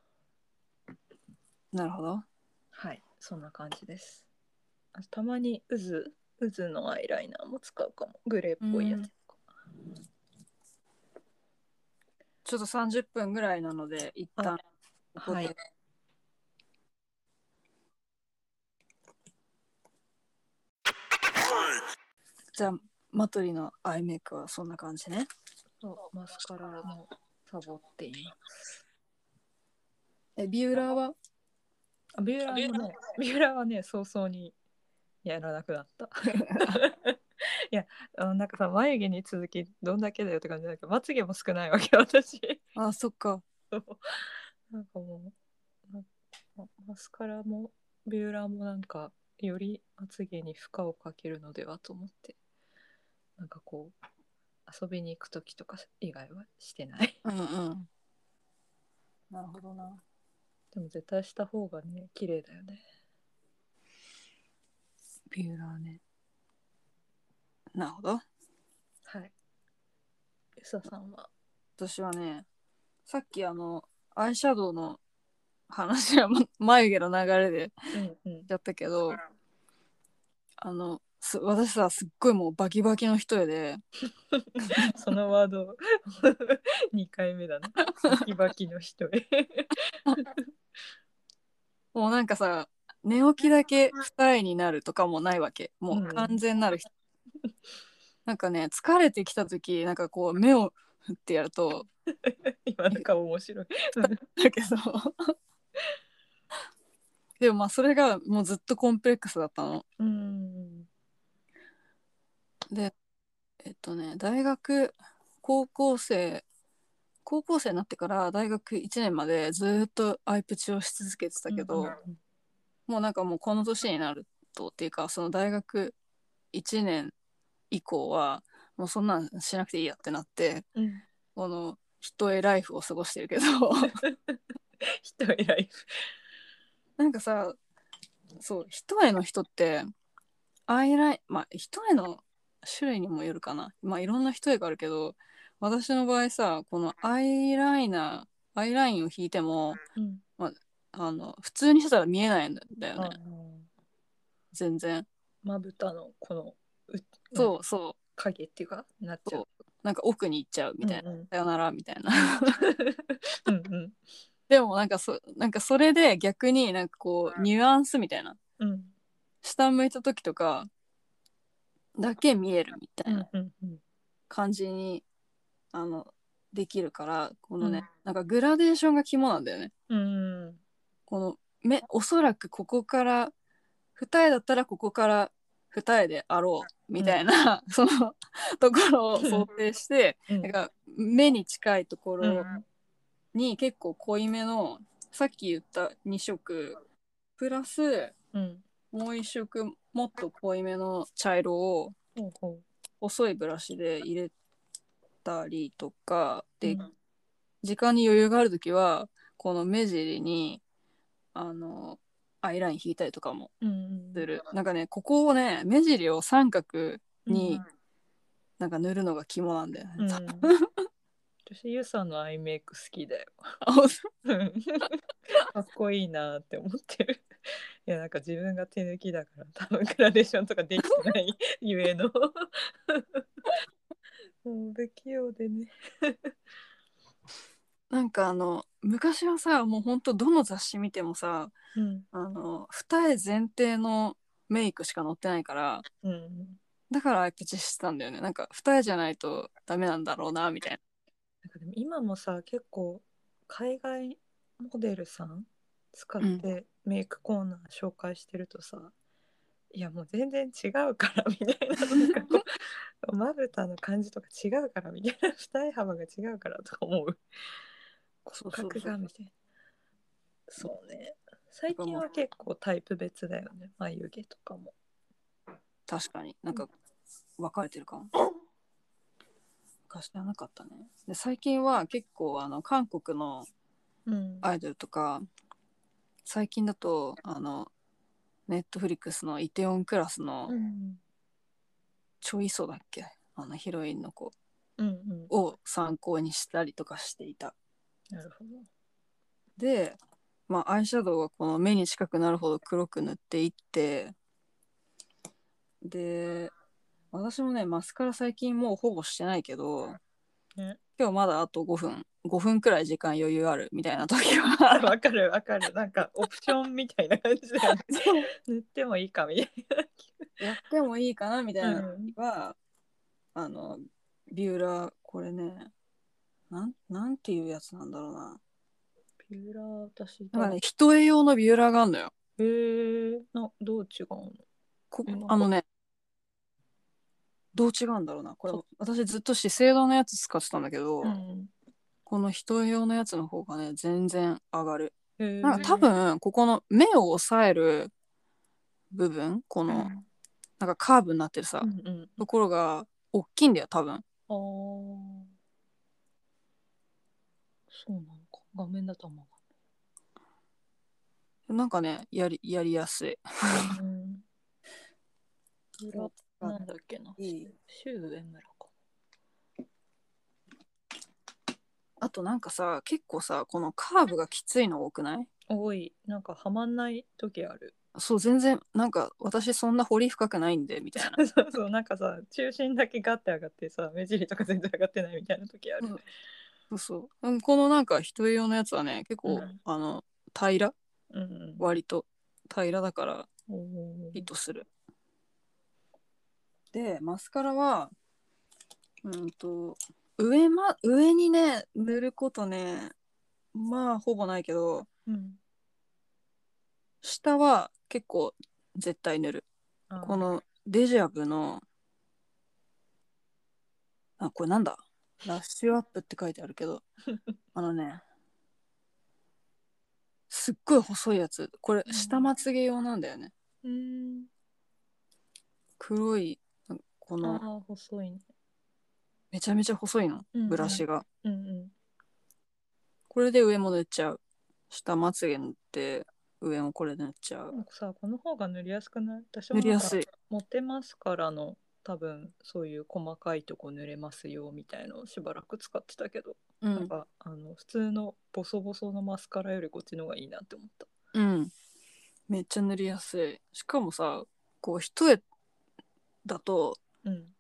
Speaker 1: なるほど
Speaker 2: はいそんな感じですあたまに渦渦のアイライナーも使うかもグレーっぽいやつとか
Speaker 1: ちょっと30分ぐらいなので一旦ここで
Speaker 2: はい
Speaker 1: じゃあマトリのアイメイクはそんな感じね
Speaker 2: そうマスカラもサボっています
Speaker 1: えビューラーは
Speaker 2: あビューラーもね、ビューラーはね、早々にやらなくな った。いや、あのなんかさ、眉毛に続き、どんだけだよって感じだけど、まつげも少ないわけ、私。
Speaker 1: あそっか
Speaker 2: そうなんかもう、なまマスカラも、ビューラーもなんか、よりまつげに負荷をかけるのではと思って、なんかこう、遊びに行くときとか以外はしてない。
Speaker 1: うんうんなるほどな
Speaker 2: でも絶対した方がね、綺麗だよね。
Speaker 1: ビューラーねなるほど
Speaker 2: はい。ゆささんは。
Speaker 1: 私はねさっきあのアイシャドウの話はま眉毛の流れで
Speaker 2: うんうん。
Speaker 1: やったけどあのす私さすっごいもうバキバキの人やで
Speaker 2: そのワー ド2回目 だねバキバキの人へ
Speaker 1: もうなんかさ寝起きだけ二重になるとかもないわけもう完全なる人、なんかね疲れてきた時なんかこう目を振ってやると
Speaker 2: 今なんか面白い
Speaker 1: だけど でもまあそれがもうずっとコンプレックスだったの
Speaker 2: うん
Speaker 1: でえっとね大学高校生高校生になってから大学1年までずーっとアイプチをし続けてたけど、もうなんかもうこの年になるとっていうかその大学1年以降はもうそんなんしなくていいやってなって
Speaker 2: うん
Speaker 1: この人へライフを過ごしてるけど
Speaker 2: 人偉い
Speaker 1: なんかさそう人への人ってアイラインまあ人への種類にもよるかなまあいろんな人へがあるけど私の場合さこのアイライナーアイラインを引いても
Speaker 2: うん
Speaker 1: あの普通にしてたら見えないんだよ
Speaker 2: あ
Speaker 1: ね
Speaker 2: ー
Speaker 1: 全然
Speaker 2: まぶたのこのう
Speaker 1: そうそ
Speaker 2: 影っていうかなっちゃう
Speaker 1: うなんか奥に行っちゃうみたいな、
Speaker 2: うんうん
Speaker 1: さよならみたいな
Speaker 2: うん
Speaker 1: でもなんかそなんかそれで逆になんかこうニュアンスみたいな
Speaker 2: うんうん
Speaker 1: 下向いた時とかだけ見えるみた
Speaker 2: う
Speaker 1: い
Speaker 2: ん
Speaker 1: な
Speaker 2: うんうん
Speaker 1: 感じに、あのできるからこのね、
Speaker 2: うん
Speaker 1: なんかグラデーションが肝なんだよね
Speaker 2: うん
Speaker 1: この目おそらくここから二重だったらここから二重であろうみたいな、 そのところを想定して、
Speaker 2: うん
Speaker 1: なんか目に近いとこ
Speaker 2: うん
Speaker 1: ろに結構濃いめのさっき言った2色プラス
Speaker 2: うん
Speaker 1: もう1色もっと濃いめの茶色を
Speaker 2: ほうほ
Speaker 1: 細いブラシで入れたりとか
Speaker 2: う
Speaker 1: で、
Speaker 2: うん
Speaker 1: 時間に余裕がある時はこの目尻にあのアイライン引いたりとかも
Speaker 2: うん
Speaker 1: するなんかねここをね目尻を三角になんか塗るのが肝なんだよね。
Speaker 2: うん 私ゆうさんのアイメイク好きだよ
Speaker 1: あそう
Speaker 2: うんかっこいいなって思ってる。いやなんか自分が手抜きだから多分グラデーションとかできてないゆえの。もう不器用でね。
Speaker 1: なんかあの昔はさもうほんとどの雑誌見てもさ
Speaker 2: うん。
Speaker 1: あの二重前提のメイクしか載ってないから
Speaker 2: うん。
Speaker 1: だからアイプチしてたんだよねなんか二重じゃないとダメなんだろうなみたいな
Speaker 2: なんかでも今もさ結構海外モデルさん使ってメイクコーナー紹介してるとさ、いやもう全然違うからみたいな なんかこうまぶたの感じとか違うからみたいな二重幅が違うからとか思う
Speaker 1: そうそ
Speaker 2: 骨
Speaker 1: うそう
Speaker 2: 格がみたいなそうね最近は結構タイプ別だよね眉毛とかも
Speaker 1: 確かになんか分かれてるかも昔はなかったねで最近は結構あの韓国の
Speaker 2: うん
Speaker 1: アイドルとか最近だとあのネットフリックスのイテオンクラスの
Speaker 2: うん
Speaker 1: チョイソだっけあのヒロインの子
Speaker 2: うんうん
Speaker 1: を参考にしたりとかしていた
Speaker 2: なるほど
Speaker 1: で、まあ、アイシャドウはこの目に近くなるほど黒く塗っていってで私もねマスカラ最近もうほぼしてないけど、
Speaker 2: ね
Speaker 1: 今日まだあと5分5分くらい時間余裕あるみたいな時は
Speaker 2: わかるわかるなんかオプションみたいな感じで 塗ってもいいかみたい
Speaker 1: やってもいいかなみたい
Speaker 2: な、
Speaker 1: な時は、あのビューラーこれねなんなんていうやつなんだろうな。
Speaker 2: ピューラー私
Speaker 1: だからね、人絵用のビューラーがあるのよ。
Speaker 2: へえなどう違うの
Speaker 1: こ
Speaker 2: うん
Speaker 1: あのねどう違うんだろうなこれ私ずっと資生堂のやつ使ってたんだけど、
Speaker 2: うん
Speaker 1: この人用のやつの方がね全然上がる
Speaker 2: へー
Speaker 1: なんか多分ここの目を押さえる部分こ
Speaker 2: うん
Speaker 1: の、なんかカーブになってるさ、
Speaker 2: うんうん
Speaker 1: ところが大きいんだよ多分
Speaker 2: あーそうなのか画面だと思
Speaker 1: なんかねやりやりやすい
Speaker 2: う、うん、ピューラーなんだっけない
Speaker 1: い
Speaker 2: シュウエムラか
Speaker 1: あとなんかさ結構さこのカーブがきついの多くない
Speaker 2: 多いなんかはまんない時ある
Speaker 1: そう全然なんか私そんな掘り深くないんでみたいな
Speaker 2: そうそうなんかさ中心だけガッて上がってさ目尻とか全然上がってないみたいな時ある、ね
Speaker 1: そうそううんこのなんか人用のやつはね結構、
Speaker 2: うん
Speaker 1: あの平ら
Speaker 2: うん
Speaker 1: 割と平らだから
Speaker 2: うん
Speaker 1: ヒットする。でマスカラはうんと上,、ま、上にね塗ることねまあほぼないけど
Speaker 2: うん
Speaker 1: 下は結構絶対塗る。
Speaker 2: あ
Speaker 1: このデジャブのあこれなんだラッシュアップって書いてあるけ どあのねすっごい細いやつこれ
Speaker 2: うん
Speaker 1: 下まつげ用なんだよね
Speaker 2: うん
Speaker 1: 黒いこ
Speaker 2: あ
Speaker 1: の
Speaker 2: ー細いね
Speaker 1: めちゃめちゃ細いの
Speaker 2: うんうん
Speaker 1: ブラシが
Speaker 2: うんうん
Speaker 1: これで上も塗っちゃう下まつげ塗って上もこれ塗っちゃう
Speaker 2: なんかさこの方が塗りやすくない私も
Speaker 1: 塗り
Speaker 2: なん
Speaker 1: や
Speaker 2: か
Speaker 1: すい
Speaker 2: モテますからの多分そういう細かいとこ塗れますよみたいのをしばらく使ってたけど、
Speaker 1: う
Speaker 2: なん
Speaker 1: ん
Speaker 2: かあの普通のボソボソのマスカラよりこっちの方がいいなって思った
Speaker 1: うんめっちゃ塗りやすいしかもさこう一重だと
Speaker 2: うん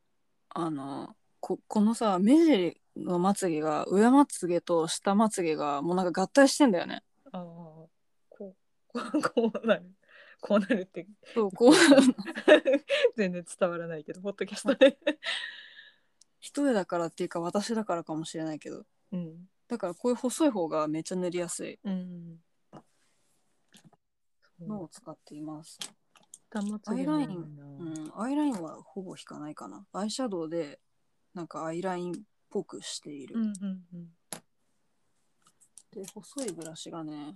Speaker 1: あのここのさ目尻のまつげが上まつげと下まつげがもうなんか合体してんだよね。
Speaker 2: ああこう こうこうなるこうなるって
Speaker 1: そうこう
Speaker 2: 全然伝わらないけどポッドキャスト で
Speaker 1: 一重だからっていうか私だからかもしれないけど
Speaker 2: うん
Speaker 1: だからこういう細い方がめっちゃ塗りやすい
Speaker 2: うん
Speaker 1: のを使っています。
Speaker 2: たまつげ
Speaker 1: アイライン
Speaker 2: もいいな
Speaker 1: うん、アイラインはほぼ引かないかな。アイシャドウでなんかアイラインっぽくしている。
Speaker 2: うんうんうん
Speaker 1: で細いブラシがね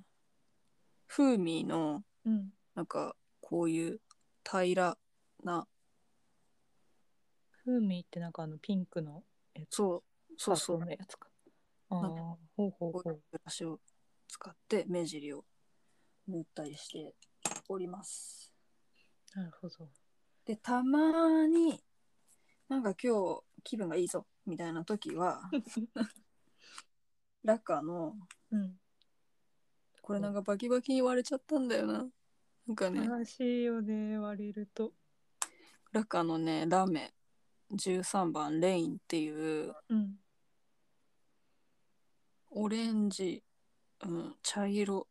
Speaker 1: フーミーの
Speaker 2: うん
Speaker 1: なんかこういう平らな
Speaker 2: 風味ってなんかあのピンクのやつ
Speaker 1: そうそうそう
Speaker 2: パープルのやつかああ
Speaker 1: なん
Speaker 2: ほうほうほ
Speaker 1: こういう
Speaker 2: う
Speaker 1: ブラシを使って目尻を塗ったりしております。
Speaker 2: なるほど
Speaker 1: でたまになんか今日気分がいいぞみたいな時はラカの
Speaker 2: うん
Speaker 1: これなんかバキバキに割れちゃったんだよな。なんかね
Speaker 2: 悲しいよね割れると
Speaker 1: ラカのねラメ13番レインっていう
Speaker 2: うん
Speaker 1: オレンジ、うん、茶色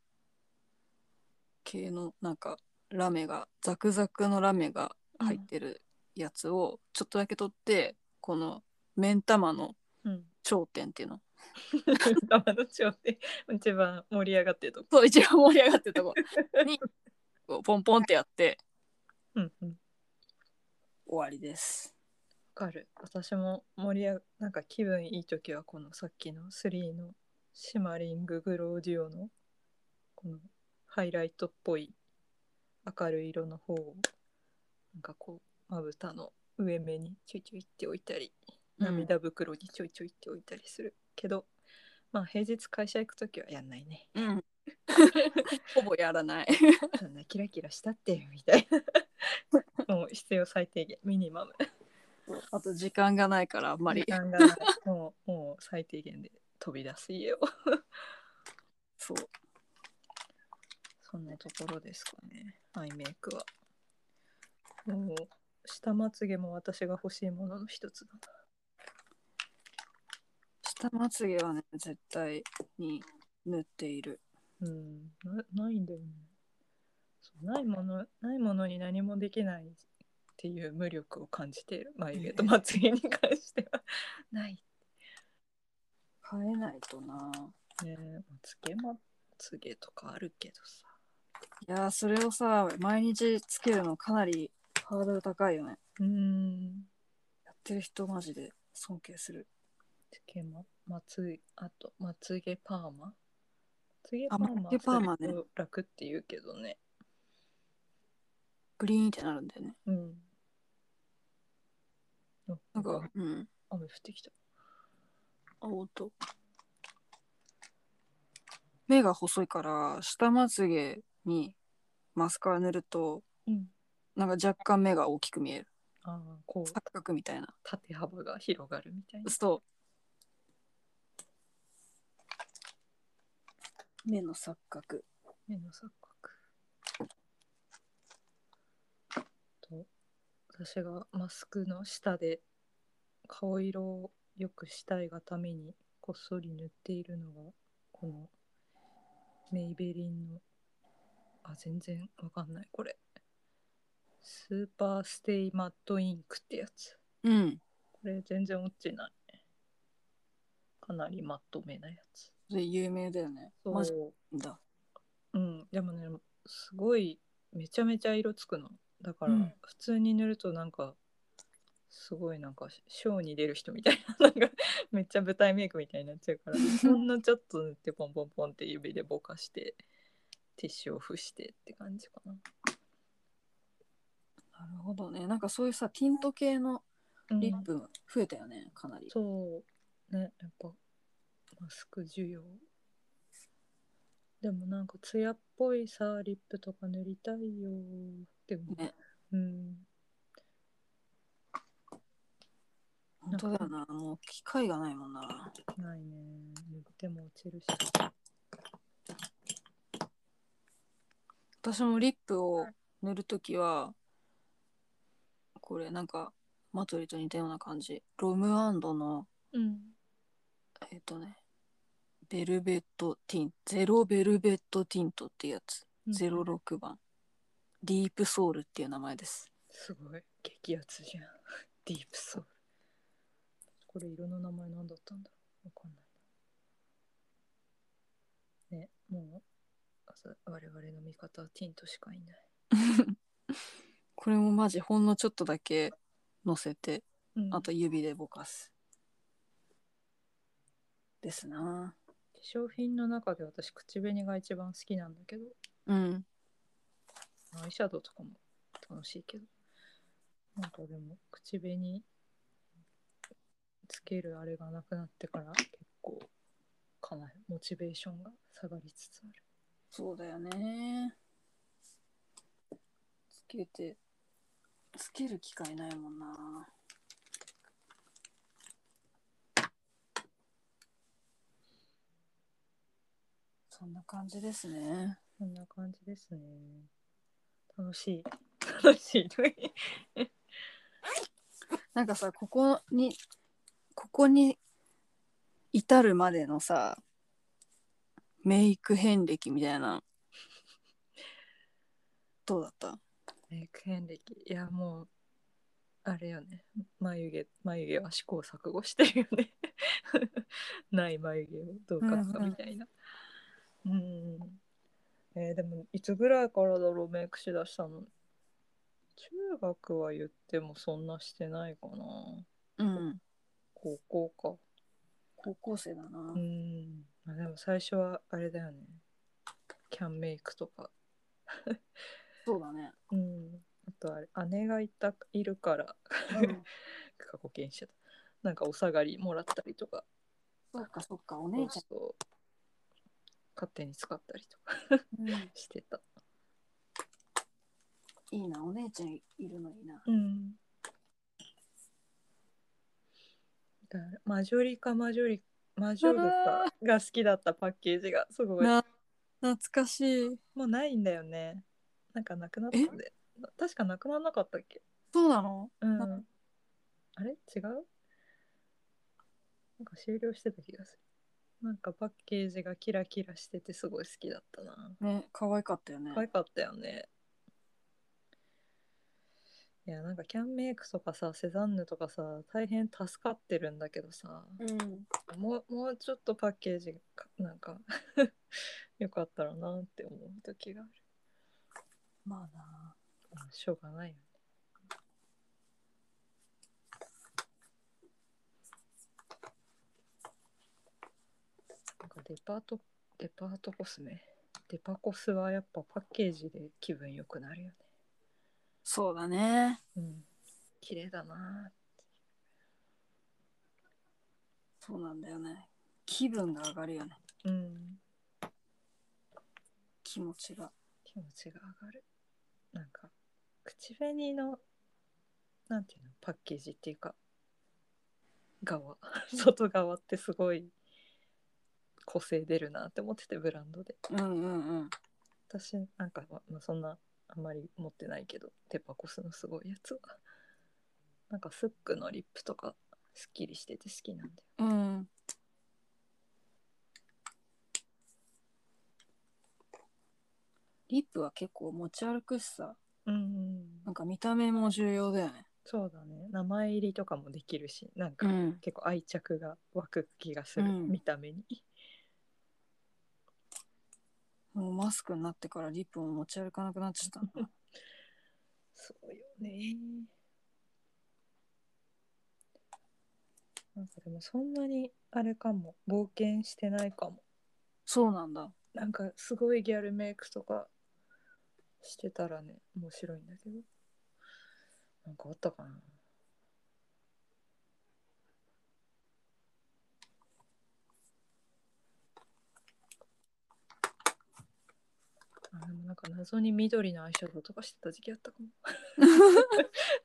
Speaker 1: 系のなんかラメがザクザクのラメが入ってるやつをちょっとだけ取ってこの目ん玉の
Speaker 2: うん
Speaker 1: 頂点っていうの
Speaker 2: 頭の頂点一番盛り上がってるとこ
Speaker 1: そう一番盛り上がってると こにこうポンポンってやって
Speaker 2: うんうんわ
Speaker 1: 終わりです。
Speaker 2: かる私も盛り上がなんか気分いい時はこのさっきの3のシマリンググローデュオのこのハイライトっぽい明るい色の方をなんかこうまぶたの上目にちょいちょいって置いたり涙袋にちょいちょいって置いたりするけど、まあ平日会社行く時はやんな いね
Speaker 1: うん、ほぼやらない。
Speaker 2: そんなキラキラしたってみたいなもう必要最低限ミニマム
Speaker 1: あと時間がないからあんまり
Speaker 2: 時。間がないもうもう最低限で飛び出す家を
Speaker 1: そう
Speaker 2: そんなところですかねアイメイクはもう下まつげも私が欲しいものの一つだ
Speaker 1: 下まつげはね絶対に塗っている。
Speaker 2: なうんなないんだよねそうないものないものに何もできないっていう無力を感じている眉毛 とまつげに関してはない
Speaker 1: 変えないとな。
Speaker 2: ねまつげまつげとかあるけどさ
Speaker 1: いやーそれをさ毎日つけるのかなりハードル高いよね
Speaker 2: うん
Speaker 1: やってる人マジで尊敬する
Speaker 2: つけま、まつ、あと、まつげパーマ。まつげパ
Speaker 1: あ
Speaker 2: ーマ
Speaker 1: まつげパーマね
Speaker 2: すると楽って言うけどね。
Speaker 1: グリーンってなるんだよね
Speaker 2: うん。あ
Speaker 1: なんか、うん
Speaker 2: 雨降ってきた。
Speaker 1: 青と目が細いから下まつげにマスカラ塗ると
Speaker 2: うん。
Speaker 1: なんか若干目が大きく見える
Speaker 2: ああ、こう
Speaker 1: 錯、覚みたいな
Speaker 2: 縦幅が広がるみたいな。
Speaker 1: そう目の錯覚
Speaker 2: 目の錯覚。私がマスクの下で顔色を良くしたいがためにこっそり塗っているのがこのメイベリンのあ全然わかんないこれスーパーステイマットインクってやつ
Speaker 1: うん。
Speaker 2: これ全然落ちないかなりマットめなやつ
Speaker 1: それ有名だよね。マジ
Speaker 2: う
Speaker 1: だ。
Speaker 2: うんでもねすごいめちゃめちゃ色つくのだから
Speaker 1: うん
Speaker 2: 普通に塗るとなんか、すごいなんかショーに出る人みたいななんか めっちゃ舞台メイクみたいになっちゃうからほんのちょっと塗ってポンポンポンって指でぼかしてティッシュを付してって感じかな、
Speaker 1: なるほどね。なんかそういうさ、ティント系の
Speaker 2: うん
Speaker 1: リップ増えたよね、かなり。
Speaker 2: そうねやっぱマスク需要でもなんか艶っぽいさリップとか塗りたいよでも、
Speaker 1: ね
Speaker 2: うん
Speaker 1: 本当だよな。もう機会がないもんな。
Speaker 2: ないね塗っても落ちるし
Speaker 1: 私もリップを塗るときは、これなんか、マトリと似たような感じ。ロムアンドの、
Speaker 2: うん
Speaker 1: えっ、とね、ベルベットティン、ゼロベルベットティントってやつ。06番。ディープソウルっていう名前です。
Speaker 2: すごい激アツじゃん ディープソウルこれ色の名前何だったんだろうわかんないねもう朝我々の味方はティントしかいない
Speaker 1: これもマジほんのちょっとだけ乗せて、
Speaker 2: うん
Speaker 1: あと指でぼかす。ですな
Speaker 2: 化粧品の中で私口紅が一番好きなんだけど
Speaker 1: うん。
Speaker 2: アイシャドウとかも楽しいけどなんかでも口紅つけるあれがなくなってから結構かなりモチベーションが下がりつつある
Speaker 1: そうだよね。つけて、つける機会ないもんなそんな感じですね。
Speaker 2: こんな感じですね楽しい楽しい
Speaker 1: なんかさここにここに至るまでのさメイク遍歴みたいなどうだった
Speaker 2: メイク遍歴いやもうあれよね眉毛眉毛は試行錯誤してるよね ない眉毛をどう描くかみたいなうん,、えーでもいつぐらいからだろうメイクしだしたの中学は言ってもそんなしてないかな
Speaker 1: うん
Speaker 2: 高校か
Speaker 1: 高校生だな、
Speaker 2: うんあでも最初はあれだよねキャンメイクとか
Speaker 1: そうだね、
Speaker 2: うんあとあれ姉がいたいるから
Speaker 1: うん、
Speaker 2: 過去形にしてたなんかお下がりもらったりとか
Speaker 1: そっかそっかお姉ち
Speaker 2: そう勝手に使ったりと
Speaker 1: ゃ
Speaker 2: か
Speaker 1: ん、うん
Speaker 2: してた
Speaker 1: いいなお姉ちゃんいるのいいな
Speaker 2: うんだからマジョリカマジョリマジョル
Speaker 1: あ
Speaker 2: カが好きだったパッケージがすごい
Speaker 1: な懐かしい
Speaker 2: もうないんだよねなんかなくなったんでな確かなくならなかったっけ
Speaker 1: そうなの
Speaker 2: うん
Speaker 1: な
Speaker 2: あれ違うなんか終了してた気がするなんかパッケージがキラキラしててすごい好きだったな
Speaker 1: ね可愛かったよね
Speaker 2: 可愛かったよね。いやなんかキャンメイクとかさセザンヌとかさ大変助かってるんだけどさ
Speaker 1: うん
Speaker 2: もうもうちょっとパッケージかなんか よかったらなって思う時がある。
Speaker 1: まあな
Speaker 2: まあしょうがないよね。なんかデパートデパートコスメデパコスはやっぱパッケージで気分良くなるよね。
Speaker 1: そうだね
Speaker 2: うん、綺麗だな
Speaker 1: そうなんだよね気分が上がるよね
Speaker 2: ぁうん
Speaker 1: 気持ちが
Speaker 2: 気持ちが上がるなんか口紅のなんていうのパッケージっていうか 側外側ってすごい個性出るなって思っててブランドで
Speaker 1: うんうんうん
Speaker 2: 私なんか、ままあ、そんなあんまり持ってないけどデパコスのすごいやつはなんかスックのリップとかすっきりしてて好きなんだよ
Speaker 1: うん。リップは結構持ち歩くしさ、
Speaker 2: うん
Speaker 1: なんか見た目も重要だよね。
Speaker 2: そうだね名前入りとかもできるしなんか
Speaker 1: ん。
Speaker 2: 結構愛着が湧く気がする、
Speaker 1: うん
Speaker 2: 見た目に
Speaker 1: もうマスクになってからリップも持ち歩かなくなっちゃ ったな。
Speaker 2: そうよねなんかでもそんなにあれかも冒険してないかも
Speaker 1: そうなんだ。
Speaker 2: なんかすごいギャルメイクとかしてたらね面白いんだけどなんかあったかなあでもなんか謎に緑のアイシャドウとかしてた時期あったか も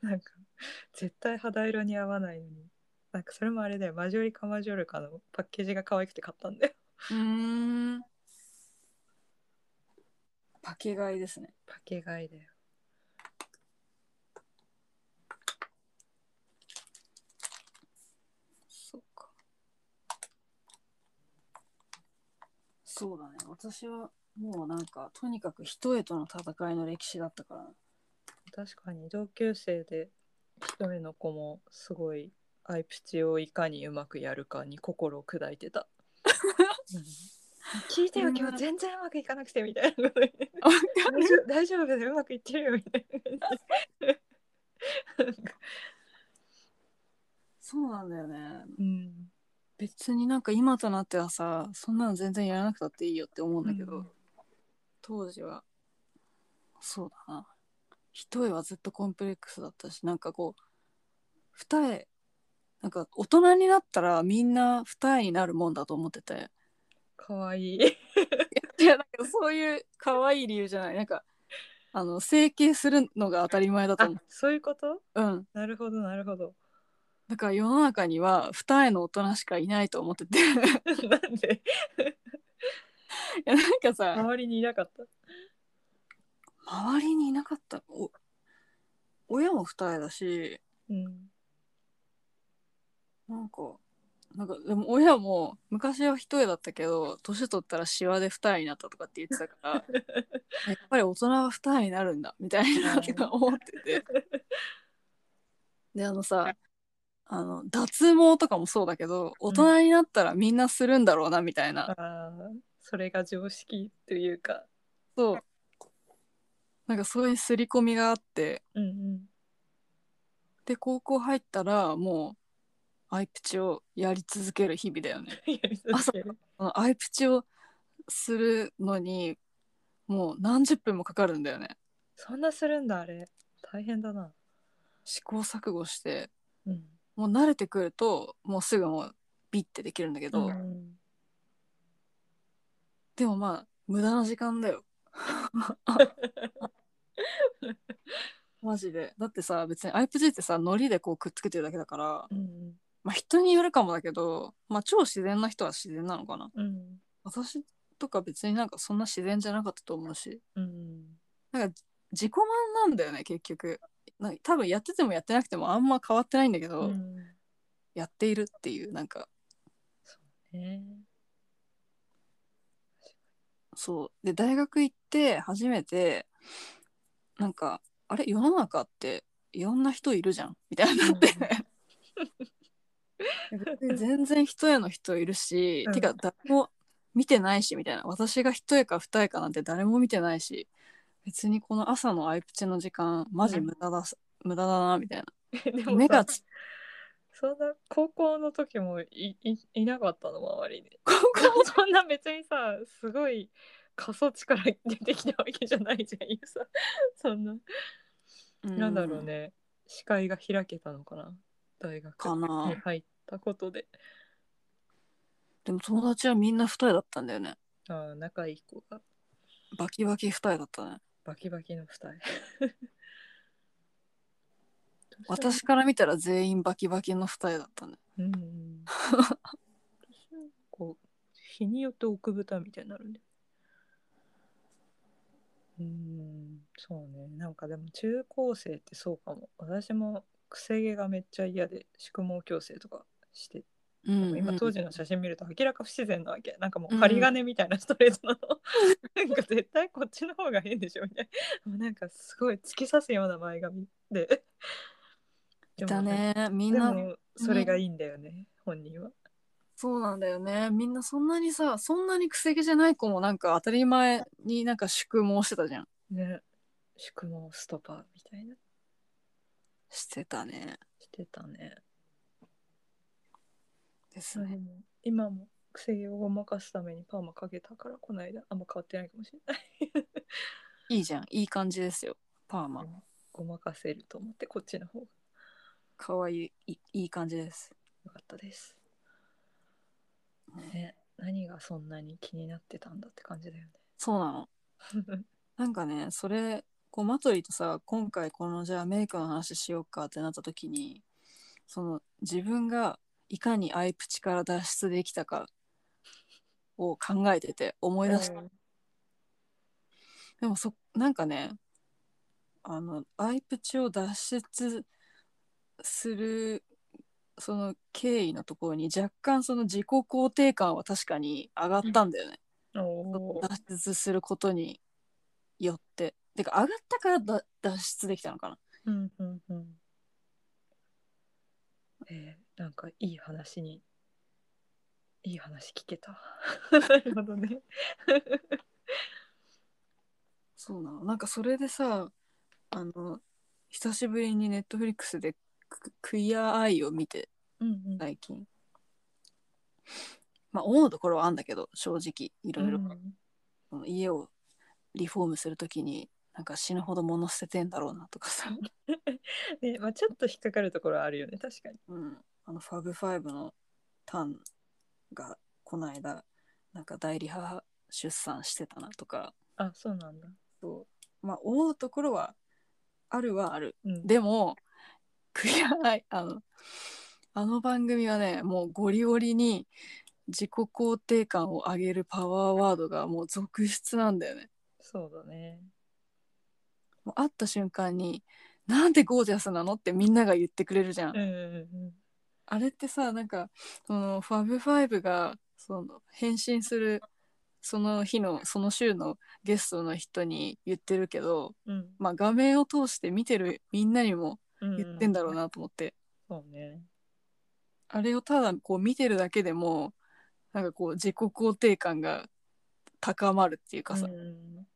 Speaker 2: なんか絶対肌色に合わないのになんかそれもあれだよマジョリカマジョルカのパッケージが可愛くて買ったんだよ
Speaker 1: うーん。パケ買いですね。
Speaker 2: パケ買いだよ
Speaker 1: そうか。そうだね。私はもうなんか、とにかく一重との戦いの歴史だったからな。
Speaker 2: 確かに同級生で一人の子もすごいアイプチをいかにうまくやるかに心を砕い てた、うん聞いてよ今日全然うまくいかなくてみた いなこと言って
Speaker 1: わか
Speaker 2: 大丈夫大丈夫だようまくいってるよみたいななんか
Speaker 1: そうなんだよね。
Speaker 2: うん
Speaker 1: 別になんか今となってはさ、そんなの全然やらなくたっていいよって思うんだけど、
Speaker 2: うん
Speaker 1: 当時は、そうだな。一重はずっとコンプレックスだったし、なんかこう、二重、なんか大人になったらみんな二重になるもんだと思ってて。
Speaker 2: かわいい
Speaker 1: いやなんかそういう可愛い理由じゃないなんかあの整形するのが当たり前だと
Speaker 2: あ
Speaker 1: 思
Speaker 2: そういうこと
Speaker 1: う、うん、
Speaker 2: なるほどなるほど
Speaker 1: だから世の中には二重の大人しかいないと思って てい
Speaker 2: なんで
Speaker 1: やなんかさ
Speaker 2: 周りにいなかった
Speaker 1: 周りにいなかったお親も二重だし
Speaker 2: うん
Speaker 1: なんかなんかでも親も昔は一重だったけど年取ったらシワで二重になったとかって言ってた からやっぱり大人は二重になるんだみたいなとか思っててであのさあの脱毛とかもそうだけど大人になったらみんなするんだろうなみたいな、
Speaker 2: あーそれが常識というか
Speaker 1: そうなんかそういう刷り込みがあって
Speaker 2: うんうん
Speaker 1: で高校入ったらもうアイプチをやり続ける日々だよね。
Speaker 2: やり続ける
Speaker 1: あのアイプチをするのにもう何十分もかかるんだよね
Speaker 2: そんなするんだあれ大変だな
Speaker 1: 試行錯誤して
Speaker 2: うん
Speaker 1: もう慣れてくるともうすぐもうビッてできるんだけど、
Speaker 2: ん、
Speaker 1: でもまあ無駄な時間だよマジでだってさ別にアイプチってさノリでこうくっつけてるだけだから
Speaker 2: うん
Speaker 1: まあ人によるかもだけどまあ超自然な人は自然なのかな
Speaker 2: うん
Speaker 1: 私とか別になんかそんな自然じゃなかったと思うし
Speaker 2: うん
Speaker 1: なんか自己満なんだよね結局なんか多分やっててもやってなくてもあんま変わってないんだけど、
Speaker 2: うん
Speaker 1: やっているっていうなんか
Speaker 2: ね
Speaker 1: そうで大学行って初めてなんかあれ世の中っていろんな人いるじゃんみたいになって、で全然一重の人いるし、
Speaker 2: うん
Speaker 1: てか誰も見てないしみたいな私が一重か二重かなんて誰も見てないし別にこの朝のアイプチの時間マジ無駄だ、無駄だなみたい
Speaker 2: で
Speaker 1: な
Speaker 2: も
Speaker 1: 目
Speaker 2: 目
Speaker 1: が
Speaker 2: が
Speaker 1: つ
Speaker 2: そんな高校の時もいいいなかったの周りに 高校そんな別にさすごい過疎地から出てきたわけじゃないじゃんいやさ そんな、なんだろうね視界が開けたのかな大学
Speaker 1: かな
Speaker 2: に入ったことで
Speaker 1: でも友達はみんな二重だったんだよね
Speaker 2: あー仲いい子が
Speaker 1: バキバキ二重だったね
Speaker 2: バキバキの二重
Speaker 1: 私から見たら全員バキバキの二重だったね
Speaker 2: うんうん、こう日によって奥蓋みたいになるんでうんそうねなんかでも中高生ってそうかも私もくせ毛がめっちゃ嫌で宿毛矯正とかして
Speaker 1: うんうん
Speaker 2: 今当時の写真見ると明らか不自然なわけなんかもう針金みたいなストレー トなの、なんか絶対こっちの方が変でしょみたいなもうなんかすごい突き刺すような前髪 で
Speaker 1: いたねみ
Speaker 2: で
Speaker 1: ん
Speaker 2: も
Speaker 1: な
Speaker 2: でもそれがいいんだよね、本人は
Speaker 1: そうなんだよねみんなそんなにさそんなにくせ毛じゃない子もなんか当たり前になんか宿毛してたじゃん
Speaker 2: ね宿毛ストパーみたいな
Speaker 1: してたね
Speaker 2: してたね
Speaker 1: です
Speaker 2: それ
Speaker 1: ね
Speaker 2: も今もくせ毛をごまかすためにパーマかけたからこの間あんま変わってないかもしれない
Speaker 1: いいじゃんいい感じですよパーマ
Speaker 2: ごまかせると思ってこっちの方が
Speaker 1: かわいいいいい感じです
Speaker 2: よかったです。ね、何がそんなに気になってたんだって感じだよ
Speaker 1: そうなの
Speaker 2: ね。
Speaker 1: なんかねそれこうマトリとさ今回このじゃあメイクの話しようかってなった時にその自分がいかにアイプチから脱出できたかを考えてて思い出した、でもそなんかねあのアイプチを脱出するその経緯のところに若干その自己肯定感は確かに上がったんだよね、
Speaker 2: うん、おー
Speaker 1: 脱出することによっててか上がったからだ脱出できたのかな
Speaker 2: うんうんうん。えー、なんかいい話に、いい話聞けた。なるほどね。
Speaker 1: そうなのなんかそれでさあの久しぶりにネットフリックスでク「クイアアイ」を見て
Speaker 2: うんうん。
Speaker 1: 最近まあ思うところはあんだけど正直いろいろその家をリフォームするときになんか死ぬほど物捨ててんだろうなとかさ、
Speaker 2: ね、まあちょっと引っかかるところはあるよね、確かに。
Speaker 1: うん、あのファブファイブのタンがこの間なんか代理母出産してたなとか
Speaker 2: あ、そうなんだ。
Speaker 1: そうまあ思うところはあるはある
Speaker 2: うん。
Speaker 1: でも悔やないあのあの番組はねもうゴリゴリに自己肯定感を上げるパワーワードがもう続出なんだよね
Speaker 2: そうだね。
Speaker 1: もう会った瞬間に「なんでゴージャスなの?」ってみんなが言ってくれるじゃん
Speaker 2: うんうん
Speaker 1: あれってさなんかそのファブファイブがその返信するその日のその週のゲストの人に言ってるけど、
Speaker 2: うん。うん
Speaker 1: まあ、画面を通して見てるみんなにも
Speaker 2: うんうん
Speaker 1: 言ってんだろう。なと思って、
Speaker 2: そうね。
Speaker 1: あれをただこう見てるだけでもなんかこう自己肯定感が高まるっていうかさ、
Speaker 2: うんうん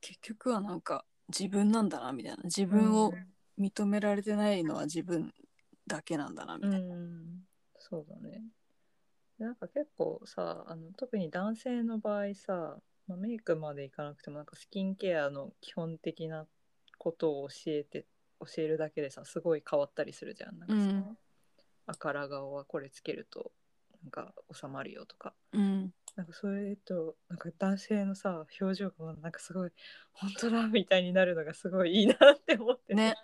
Speaker 1: 結局はなんか自分なんだなみたいな自分を認められてないのは自分だけなんだなみた
Speaker 2: う
Speaker 1: いな。
Speaker 2: んそうだねなんか結構さあの特に男性の場合さ、まあ、メイクまでいかなくてもなんかスキンケアの基本的なことを教えて教えるだけでさすごい変わったりするじゃんなんかさ、
Speaker 1: うん
Speaker 2: 赤ら顔はこれつけるとなんか収まるよとか
Speaker 1: うん
Speaker 2: なんかそれとなんか男性のさ表情がなんかすごい本当だみたいになるのがすごいいいなって思ってて
Speaker 1: ね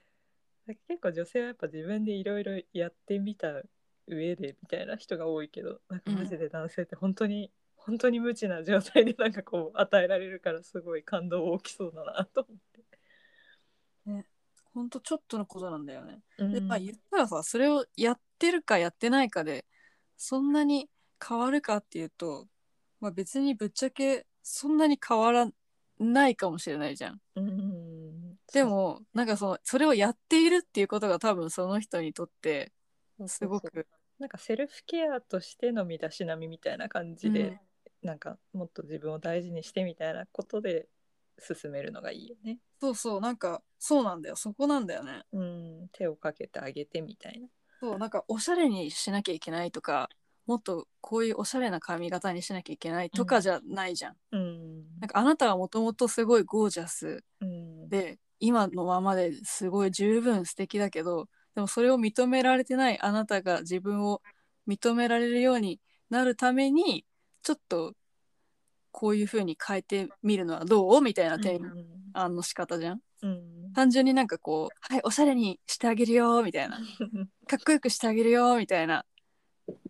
Speaker 2: なんか結構女性はやっぱ自分でいろいろやってみた上でみたいな人が多いけどなんかマジで男性って本当に、本当に無知な状態でなんかこう与えられるからすごい感動大きそうだなと思って。
Speaker 1: ほんとちょっとのことなんだよね。
Speaker 2: う
Speaker 1: で
Speaker 2: ん
Speaker 1: まあ言ったらさそれをやってるかやってないかでそんなに変わるかっていうと、まあ、別にぶっちゃけそんなに変わらないかもしれないじゃん。
Speaker 2: うん
Speaker 1: でもなんかそのそれをやっているっていうことが多分その人にとって
Speaker 2: そう
Speaker 1: す
Speaker 2: そう
Speaker 1: ご
Speaker 2: そう
Speaker 1: く
Speaker 2: なんかセルフケアとしての身だしなみみたいな感じで、なんかもっと自分を大事にしてみたいなことで進めるのがいいよね。
Speaker 1: そうそうなんかそうなんだよそこなんだよね。
Speaker 2: うん、手をかけてあげてみたいな。
Speaker 1: そうなんかおしゃれにしなきゃいけないとかもっとこういうおしゃれな髪型にしなきゃいけないとかじゃないじゃん。
Speaker 2: うん、
Speaker 1: なんかあなたはもともとすごいゴージャス
Speaker 2: うん、
Speaker 1: で今のままですごい十分素敵だけどでもそれを認められてないあなたが自分を認められるようになるためにちょっとこういう風に変えてみるのはどうみたいな提
Speaker 2: うん
Speaker 1: 案の仕方じゃん。
Speaker 2: うん、
Speaker 1: 単純になんかこう「はいおしゃれにしてあげるよ」みたいな「かっこよくしてあげるよ」みたいな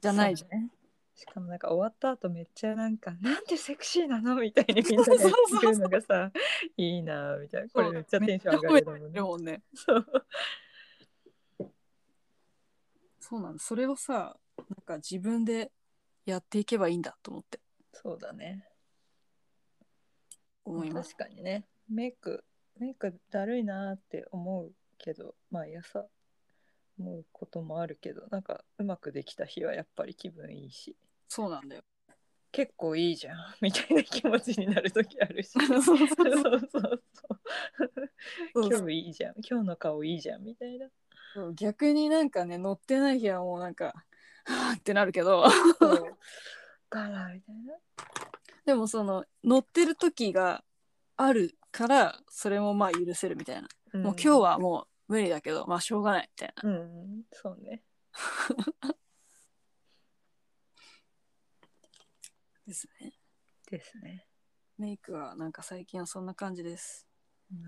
Speaker 1: じゃないじゃん。
Speaker 2: ゃん。しかもなんか終わった後めっちゃなんか「なんてセクシーなの?」みたいにみんなで
Speaker 1: そうそうそうそう
Speaker 2: 言うのがさいいなぁみたいなこれめっちゃテンション上がるのもん
Speaker 1: で。
Speaker 2: ね
Speaker 1: もね
Speaker 2: そう
Speaker 1: そうなんそれをさなんか自分でやっていけばいいんだと思って
Speaker 2: そうだね。
Speaker 1: 思います
Speaker 2: 確かにねメイクメイクだるいなーって思うけどまあやさ思うこともあるけどなんかうまくできた日はやっぱり気分いいし
Speaker 1: そうなんだよ
Speaker 2: 結構いいじゃん みたいな気持ちになる時あるし。
Speaker 1: そうそうそう
Speaker 2: そうそうそう
Speaker 1: そう
Speaker 2: 今日いいじゃん今日の顔いいじゃんみたいな
Speaker 1: そう逆になんかね乗ってない日はもうなんか はぁってなるけ ど
Speaker 2: ガラみたいな
Speaker 1: でもその乗ってる時があるからそれもまあ許せるみたいな、もう今日、はもう無理だけどまあしょうがないみたいな
Speaker 2: うんうん、そうね
Speaker 1: ですね
Speaker 2: ですね
Speaker 1: メイクはなんか最近はそんな感じです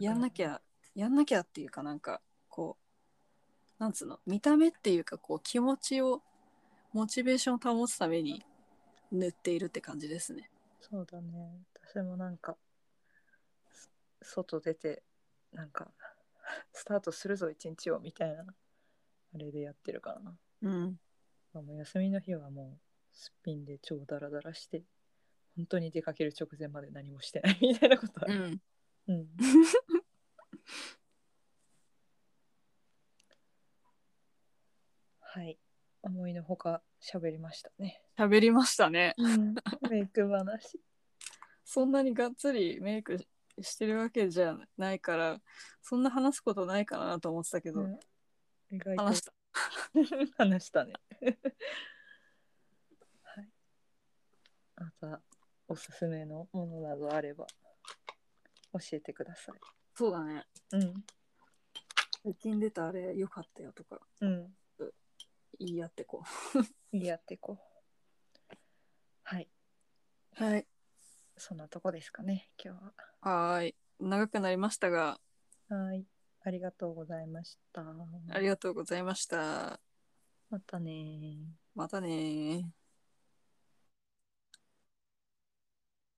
Speaker 1: やんなきゃやんなきゃっていうかなんかこうなんつうの見た目っていうかこう気持ちをモチベーションを保つために塗っているって感じですね
Speaker 2: そうだね私もなんかそ外出てなんかスタートするぞ一日をみたいなあれでやってるからな
Speaker 1: うん
Speaker 2: まあもう休みの日はもうすっぴんで超ダラダラして本当に出かける直前まで何もしてないみたいなことあ
Speaker 1: う
Speaker 2: る、
Speaker 1: ん
Speaker 2: うん、はい思いのほか喋りましたね、
Speaker 1: 喋りましたね
Speaker 2: メイク話
Speaker 1: そんなにがっつりメイクしてるわけじゃないからそんな話すことないかなと思ってたけど、
Speaker 2: うん意外と
Speaker 1: 話した
Speaker 2: 話したね。はい。またおすすめのものなどあれば教えてください。
Speaker 1: そうだね
Speaker 2: うん。
Speaker 1: 最近出たあれ良かったよとか
Speaker 2: う
Speaker 1: 言い合ってこ
Speaker 2: ん。やっていこう。はい。
Speaker 1: うはい
Speaker 2: そんなとこですかね、今日
Speaker 1: はーい長くなりましたが
Speaker 2: は。はい。ありがとうございました。
Speaker 1: ありがとうございました
Speaker 2: またねー。
Speaker 1: またねー